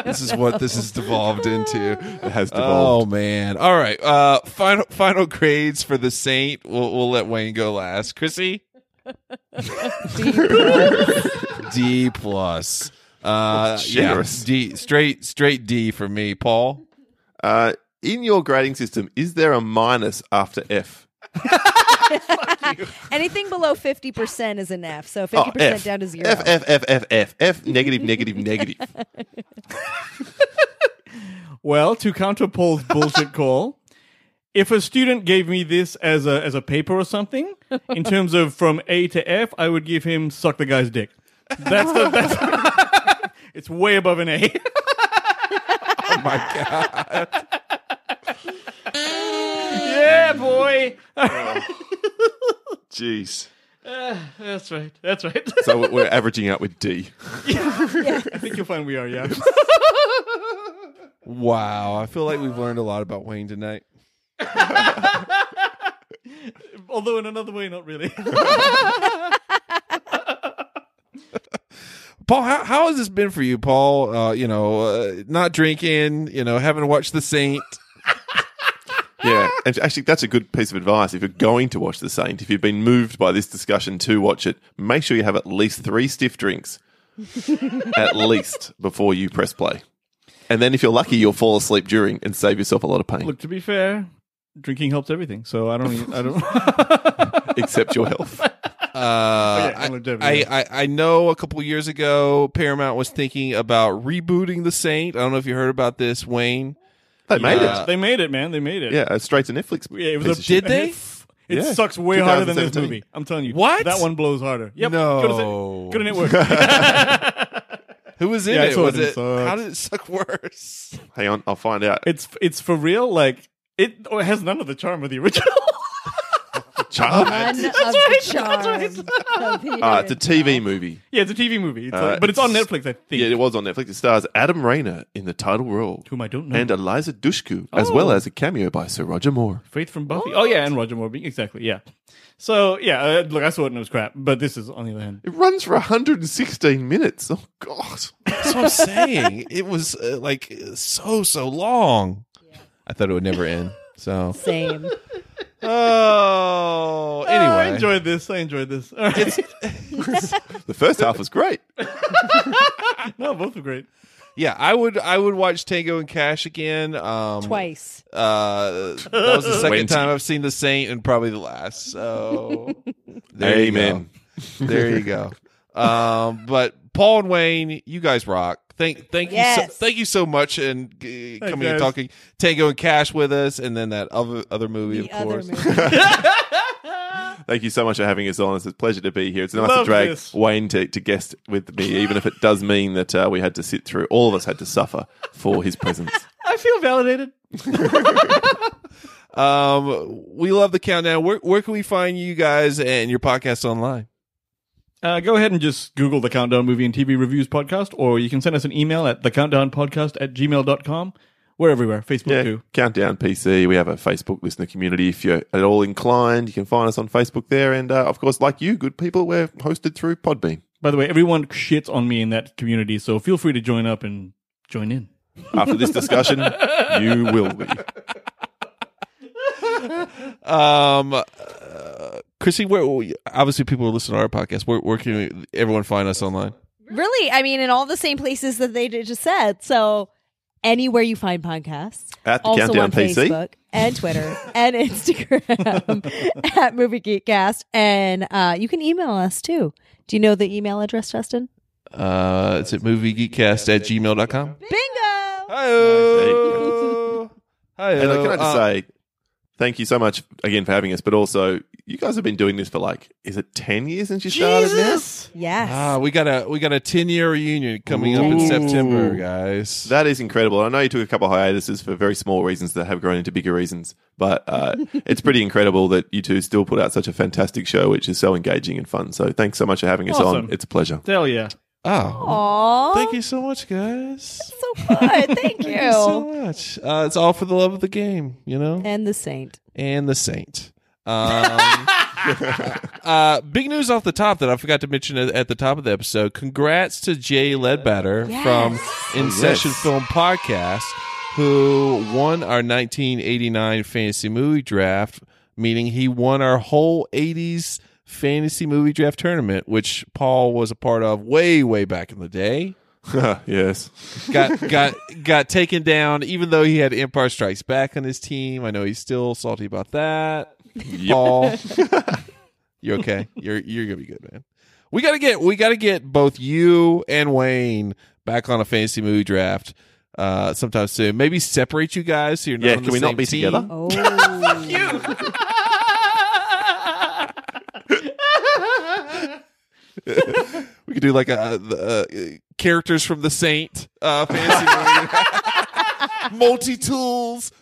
S4: This is what this has devolved into. It
S2: has
S4: Oh
S2: devolved.
S4: man! All right. Uh, final final grades for the Saint. We'll, we'll let Wayne go last. Chrissy, D plus. Uh,
S2: That's
S4: yeah,
S2: generous.
S4: D straight straight D for me. Paul,
S2: Uh, in your grading system, is there a minus after F?
S1: Anything below 50% is an F. So 50%
S2: Oh, F.
S1: down to zero.
S2: F, F, F, F, F, F, negative, negative, negative.
S3: Well, to counter Paul's bullshit call, if a student gave me this as a as a paper or something, in terms of from A to F, I would give him suck the guy's dick. That's the that's it's way above an A.
S4: oh my god!
S3: yeah, boy.
S2: Jeez.
S3: Uh, that's right. That's right.
S2: So we're- we're averaging out with D.
S3: I think you'll find we are, yeah.
S4: Wow, I feel like we've learned a lot about Wayne tonight.
S3: Although in another way, not really.
S4: Paul, how, how has this been for you, Paul? Uh, you know, uh, not drinking, you know, having to watch The Saint. Uh,
S2: Yeah, and actually, that's a good piece of advice. If you're going to watch The Saint, if you've been moved by this discussion to watch it, make sure you have at least three stiff drinks, at least before you press play. And then, if you're lucky, you'll fall asleep during and save yourself a lot of pain,
S3: Look, to be fair, drinking helps everything. So I don't. Even, I don't.
S2: except your health.
S4: Uh,
S3: Okay, Alan Debbie,
S4: I,
S3: Oh, yeah.
S4: I, I, I know a couple years ago Paramount was thinking about rebooting The Saint. I don't know if you heard about this, Wayne.
S2: They made
S4: Uh,
S2: it.
S3: They made it, man. They made it.
S2: Yeah, uh, straight to Netflix.
S3: Yeah, it was
S2: piece
S3: a
S2: of shit.
S4: Did they?
S3: It
S2: Yeah.
S3: sucks way harder than this
S2: 2017.
S3: movie. I'm telling you.
S4: What?
S3: That one blows harder. Yep.
S4: No.
S3: Go to, net- go to network.
S4: Who was in
S3: Yeah, I
S4: it?
S3: saw
S4: Was
S3: it. It
S4: it? How
S3: sucks.
S4: did it suck worse?
S2: Hang on, I'll find out.
S3: it's it's for real. Like it, oh, it has none of the charm of the original.
S2: Charmed.
S1: None of
S3: right,
S1: the charm.
S3: that's
S1: of the
S2: Uh, it's a TV movie.
S3: yeah, it's a TV movie, it's
S2: Uh,
S3: like- but it's on Netflix, I think.
S2: Yeah, it was on Netflix. It stars Adam Rayner in the title role,
S3: Whom I Oh. don't know.
S2: and uh, Eliza Dushku, as well as a cameo by Sir Roger Moore.
S3: Faith from Buffy. Oh yeah, and Roger Moore. Exactly. Yeah. So yeah, uh, look, I saw it and it was crap. But this is on the other hand.
S2: It runs for 116 minutes. Oh God!
S4: That's what I'm saying. It was uh, like so so long. I thought it would never end. So
S1: Same.
S4: oh,
S3: Oh, I
S4: anyway,
S3: enjoyed this. I enjoyed this. All right.
S2: The first half was great.
S3: no, both were great.
S4: yeah, I would I would watch Tango and Cash again. Um,
S1: Twice.
S4: Uh, that was the second
S2: Wednesday.
S4: time I've seen The Saint, and probably the last. So
S2: Amen.
S4: You go. there you go. Um, but Paul and Wayne, you guys rock. Thank, thank you, so,
S12: Yes.
S4: thank you so much, and uh, coming and
S12: guys.
S4: talking Tango and Cash with us, and then that other other movie, of course.
S2: Thank you so much for having us on. It's a pleasure to be here. It's nice to
S4: Love
S2: drag
S4: this.
S2: Wayne to, to guest with me, even if it does mean that uh, we had to sit through, all of us had to suffer for his presence.
S3: I feel validated.
S4: um, we love the countdown. Where where can we find you guys and your podcast online?
S3: Uh, go ahead and just Google the Countdown Movie and TV Reviews podcast, or you can send us an email at thecountdownpodcast at gmail.com. We're everywhere. Facebook too.
S2: Countdown PC. We have a Facebook listener community. If you're at all inclined, you can find us on Facebook there. And uh, of course, like you, good people, we're hosted through Podbean.
S3: By the way, everyone shits on me in that community, so feel free to join up and join in.
S2: After this discussion, you will be.
S4: Um, uh, Chrissy, where obviously people are listening to our podcast. Where, where can we, everyone find us online?
S1: Really, I mean, in all the same places that they did- just said. So anywhere you find podcasts,
S2: At the
S1: also
S2: Countdown
S1: on
S2: PC.
S1: Facebook and Twitter and Instagram at Movie Geek Cast, and uh, you can email us too. Do you know the email address, Justin?
S4: Uh, it's at moviegeekcast at gmail.com.
S2: Bingo!
S4: Hi.
S2: And like, can I just
S4: Uh,
S2: say, thank you so much again for having us, but also, you guys have been doing this for like, is it 10 years since you started now?
S1: Yes.
S4: Ah, we got a we got a ten year reunion coming up in
S2: Ooh.
S4: September, guys.
S2: That is incredible. I know you took a couple of hiatuses for very small reasons that have grown into bigger reasons, but uh, it's pretty incredible that you two still put out such a fantastic show, which is so engaging and fun. So thanks so much for having us
S3: Awesome.
S2: on. It's a pleasure.
S3: Hell yeah.
S4: Oh,
S1: Aww.
S4: Thank you so much, guys.
S1: so good. Thank
S4: Thank you so much. Uh, it's all for the love of the game, you know,
S1: and the saint,
S4: and the saint. Um, uh, big news off the top that I forgot to mention at, at the top of the episode. Congrats to Jay Ledbetter
S12: Yes.
S4: from In
S12: Yes.
S4: Session Film Podcast, who won our 1989 fantasy movie draft, meaning he won our whole 80s fantasy movie draft tournament, which Paul was a part of way, way back in the day
S2: yes.
S4: got got got taken down. Even though he had Empire Strikes Back on his team, I know he's still salty about that. Paul, you're okay. You're you're gonna be good, man. We gotta get we gotta get both you and Wayne back on a fantasy movie draft uh sometime soon. Maybe separate you guys so you're not
S2: Yeah,
S4: on the
S2: can we not
S4: same
S2: be
S4: team.
S2: together?
S1: Oh, Fuck
S12: you.
S4: We could do like a, the, uh, characters from the Saint uh, fantasy movie. Multi tools.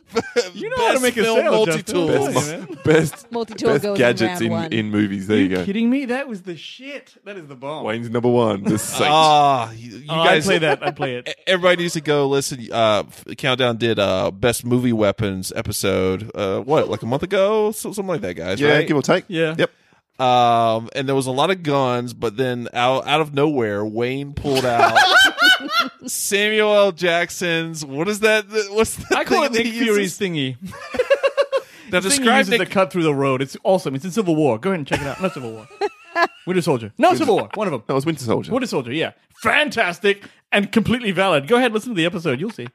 S4: You
S12: know how to make a sale,
S4: multi
S12: Justin.
S4: tools.
S12: Come on, man.
S2: Best,
S1: Multi-tool
S2: best
S1: goes in
S2: gadgets
S1: round
S2: in,
S1: one.
S2: in movies. There you, go.
S3: Kidding me? That was the shit. That is the bomb.
S2: Wayne's number one. The Saint.
S4: Ah, you, you
S3: Oh, I'd
S4: guys e-,
S3: play that. I'd play it.
S4: Everybody needs to go listen. Uh, Countdown did uh best movie weapons episode. Uh, what like a month ago, so, something like that, guys.
S2: yeah,
S4: right?
S2: give or take.
S3: Yeah.
S2: Yep.
S4: Um, and there was a lot of guns, but then out out of nowhere, Wayne pulled out Samuel L. Jackson's. What is that? What's that?
S3: I call
S4: thing
S3: it
S4: that
S3: Nick
S4: he
S3: Fury's
S4: uses?
S3: thingy.
S4: Now
S3: The thing he
S4: describe
S3: uses
S4: Nick
S3: to cut through the road. It's awesome. It's in Civil War. Go ahead and check it out. Not Civil War. Winter Soldier. No, Civil War. One of them.
S2: That was Winter Soldier.
S3: Winter Soldier. Yeah, fantastic and completely valid. Go ahead, listen to the episode. You'll see.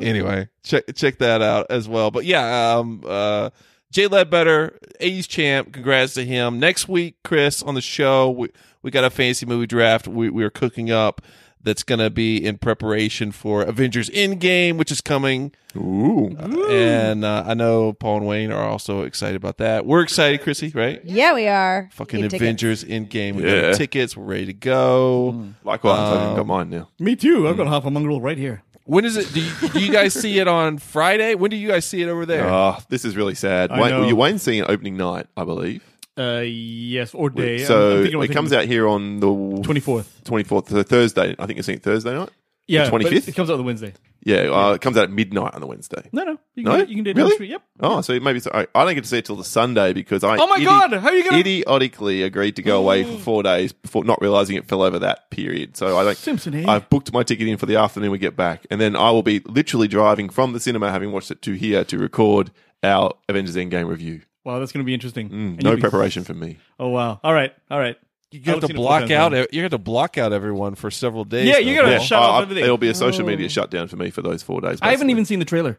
S4: anyway, check check that out as well. But yeah, um, uh, Jay Ledbetter, 80s champ. Congrats to him. Next week, Chris on the show, we, we got a fancy movie draft we we are cooking up. That's going to be in preparation for Avengers Endgame, which is coming.
S2: Ooh.
S4: and uh, I know Paul and Wayne are also excited about that. We're excited, Chrissy, right?
S1: Yeah, we are.
S4: Fucking
S1: Get tickets.
S4: Avengers Endgame. We
S2: Yeah.
S4: got tickets. We're ready to go.
S1: Mm.
S2: Likewise, I've
S3: Uh,
S2: even
S4: Um,
S2: got mine now.
S3: Me too. I've got half a mongrel right here.
S4: When is it? Do you, do you guys see it on Friday? When do you guys see it over there?
S2: Oh, this is really sad.
S4: I
S2: Wayne, well,
S4: know.
S2: you Wayne's seeing it opening night, I believe.
S3: Uh, yes, or day. I'm- I'm
S2: So
S3: thinking about
S2: it comes
S3: thinking-
S2: out here on the
S3: 24th.
S2: 24th, so Thursday. I think it's seen Thursday night? The
S3: Yeah, but
S2: 25th?
S3: It comes out the Wednesday.
S2: Yeah, uh, it comes out at midnight on the Wednesday.
S3: No, no. You can,
S2: No?
S3: do it- you can do it
S2: really?
S3: next week. Yep.
S2: Oh, so maybe it's, I, I don't get to see it till the Sunday because I
S3: Oh my God, how are you gonna-
S2: idiotically agreed to go away for four days before not realizing it fell over that period. So I don't
S3: Simpson, eh?
S2: I've booked my ticket in for the afternoon we get back, and then I will be literally driving from the cinema, having watched it to here to record our Avengers Endgame review.
S3: Wow, that's going to be interesting. And
S2: Mm, No
S3: you'll be-
S2: preparation for me.
S3: Oh wow! All right, all right.
S4: You
S3: I
S4: got
S3: haven't
S4: to
S3: seen it full
S4: block
S3: time,
S4: out.
S3: though.
S4: e- You got to block out everyone for several days.
S3: Yeah, you
S4: though,
S3: gotta
S4: Paul.
S3: shut- Shut off
S2: I-
S3: everything.
S2: It'll be a social
S3: Oh.
S2: media shutdown for me for those four days.
S3: I haven't even seen the trailer.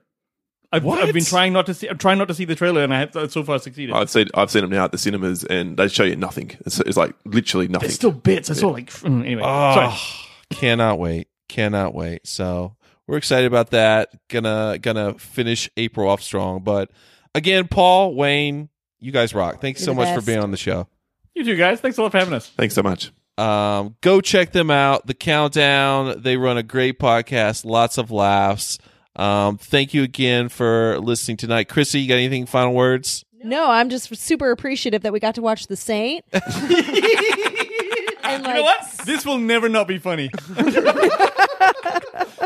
S3: I've, I've been trying not to see. I'm trying not to see the trailer, and I have so far succeeded.
S2: I've seen I've seen them now at the cinemas, and they show you nothing. It's, it's like literally nothing.
S3: It's still bits. I saw
S2: Yeah.
S3: like mm, anyway.
S4: Oh,
S3: Sorry.
S4: Cannot wait. Cannot wait. So we're excited about that. Gonna gonna finish April off strong. But again, Paul, Wayne, you guys rock. Thanks
S3: You're
S4: so
S3: the
S4: much for
S3: best.
S4: being on the show.
S3: You two guys, thanks a lot for having us.
S2: Thanks so much.
S4: Um, go check them out. The Countdown. They run a great podcast. Lots of laughs. Um, thank you again for listening tonight, Chrissy. You got anything final words?
S1: No, I'm just super appreciative that we got to watch The Saint. and
S3: you know
S1: like,
S3: what? This will never not be funny.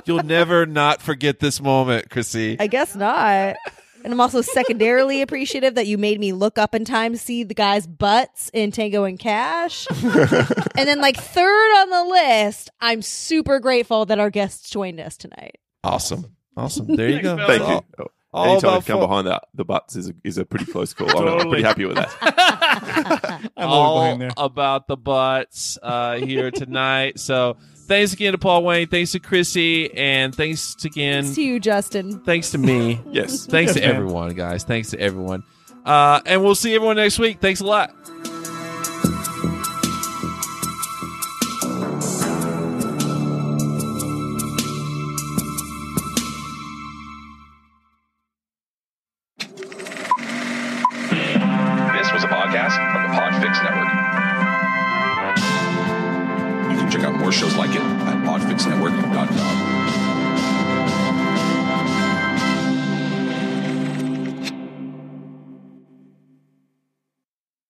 S4: You'll never not forget this moment, Chrissy.
S1: I guess not. And I'm also secondarily appreciative that you made me look up in time to see the guy's butts in Tango and Cash. and then, like, third on the list, I'm super grateful that our guests joined us tonight.
S4: Awesome. Awesome. There you go.
S3: Oh.
S2: Thank you.
S4: All- all
S2: Anytime
S4: about
S2: I've come
S4: four-
S2: behind that, the butts is a, is a pretty close call. I'm- I'm
S4: Totally.
S2: pretty happy with that.
S3: I'm
S4: all
S3: always behind there.
S4: about the butts uh, here tonight. So thanks again to Paul Wayne. Thanks to Chrissy. And thanks again.
S1: Thanks to you, Justin.
S4: Thanks to me.
S2: yes.
S4: Thanks
S1: Yes,
S4: to
S1: ma'am.
S4: everyone, guys. Thanks to everyone. Uh, and we'll see everyone next week. Thanks a lot.
S13: This was a podcast from the Podfix Network. You can check out more shows like it at podfixnetwork.com.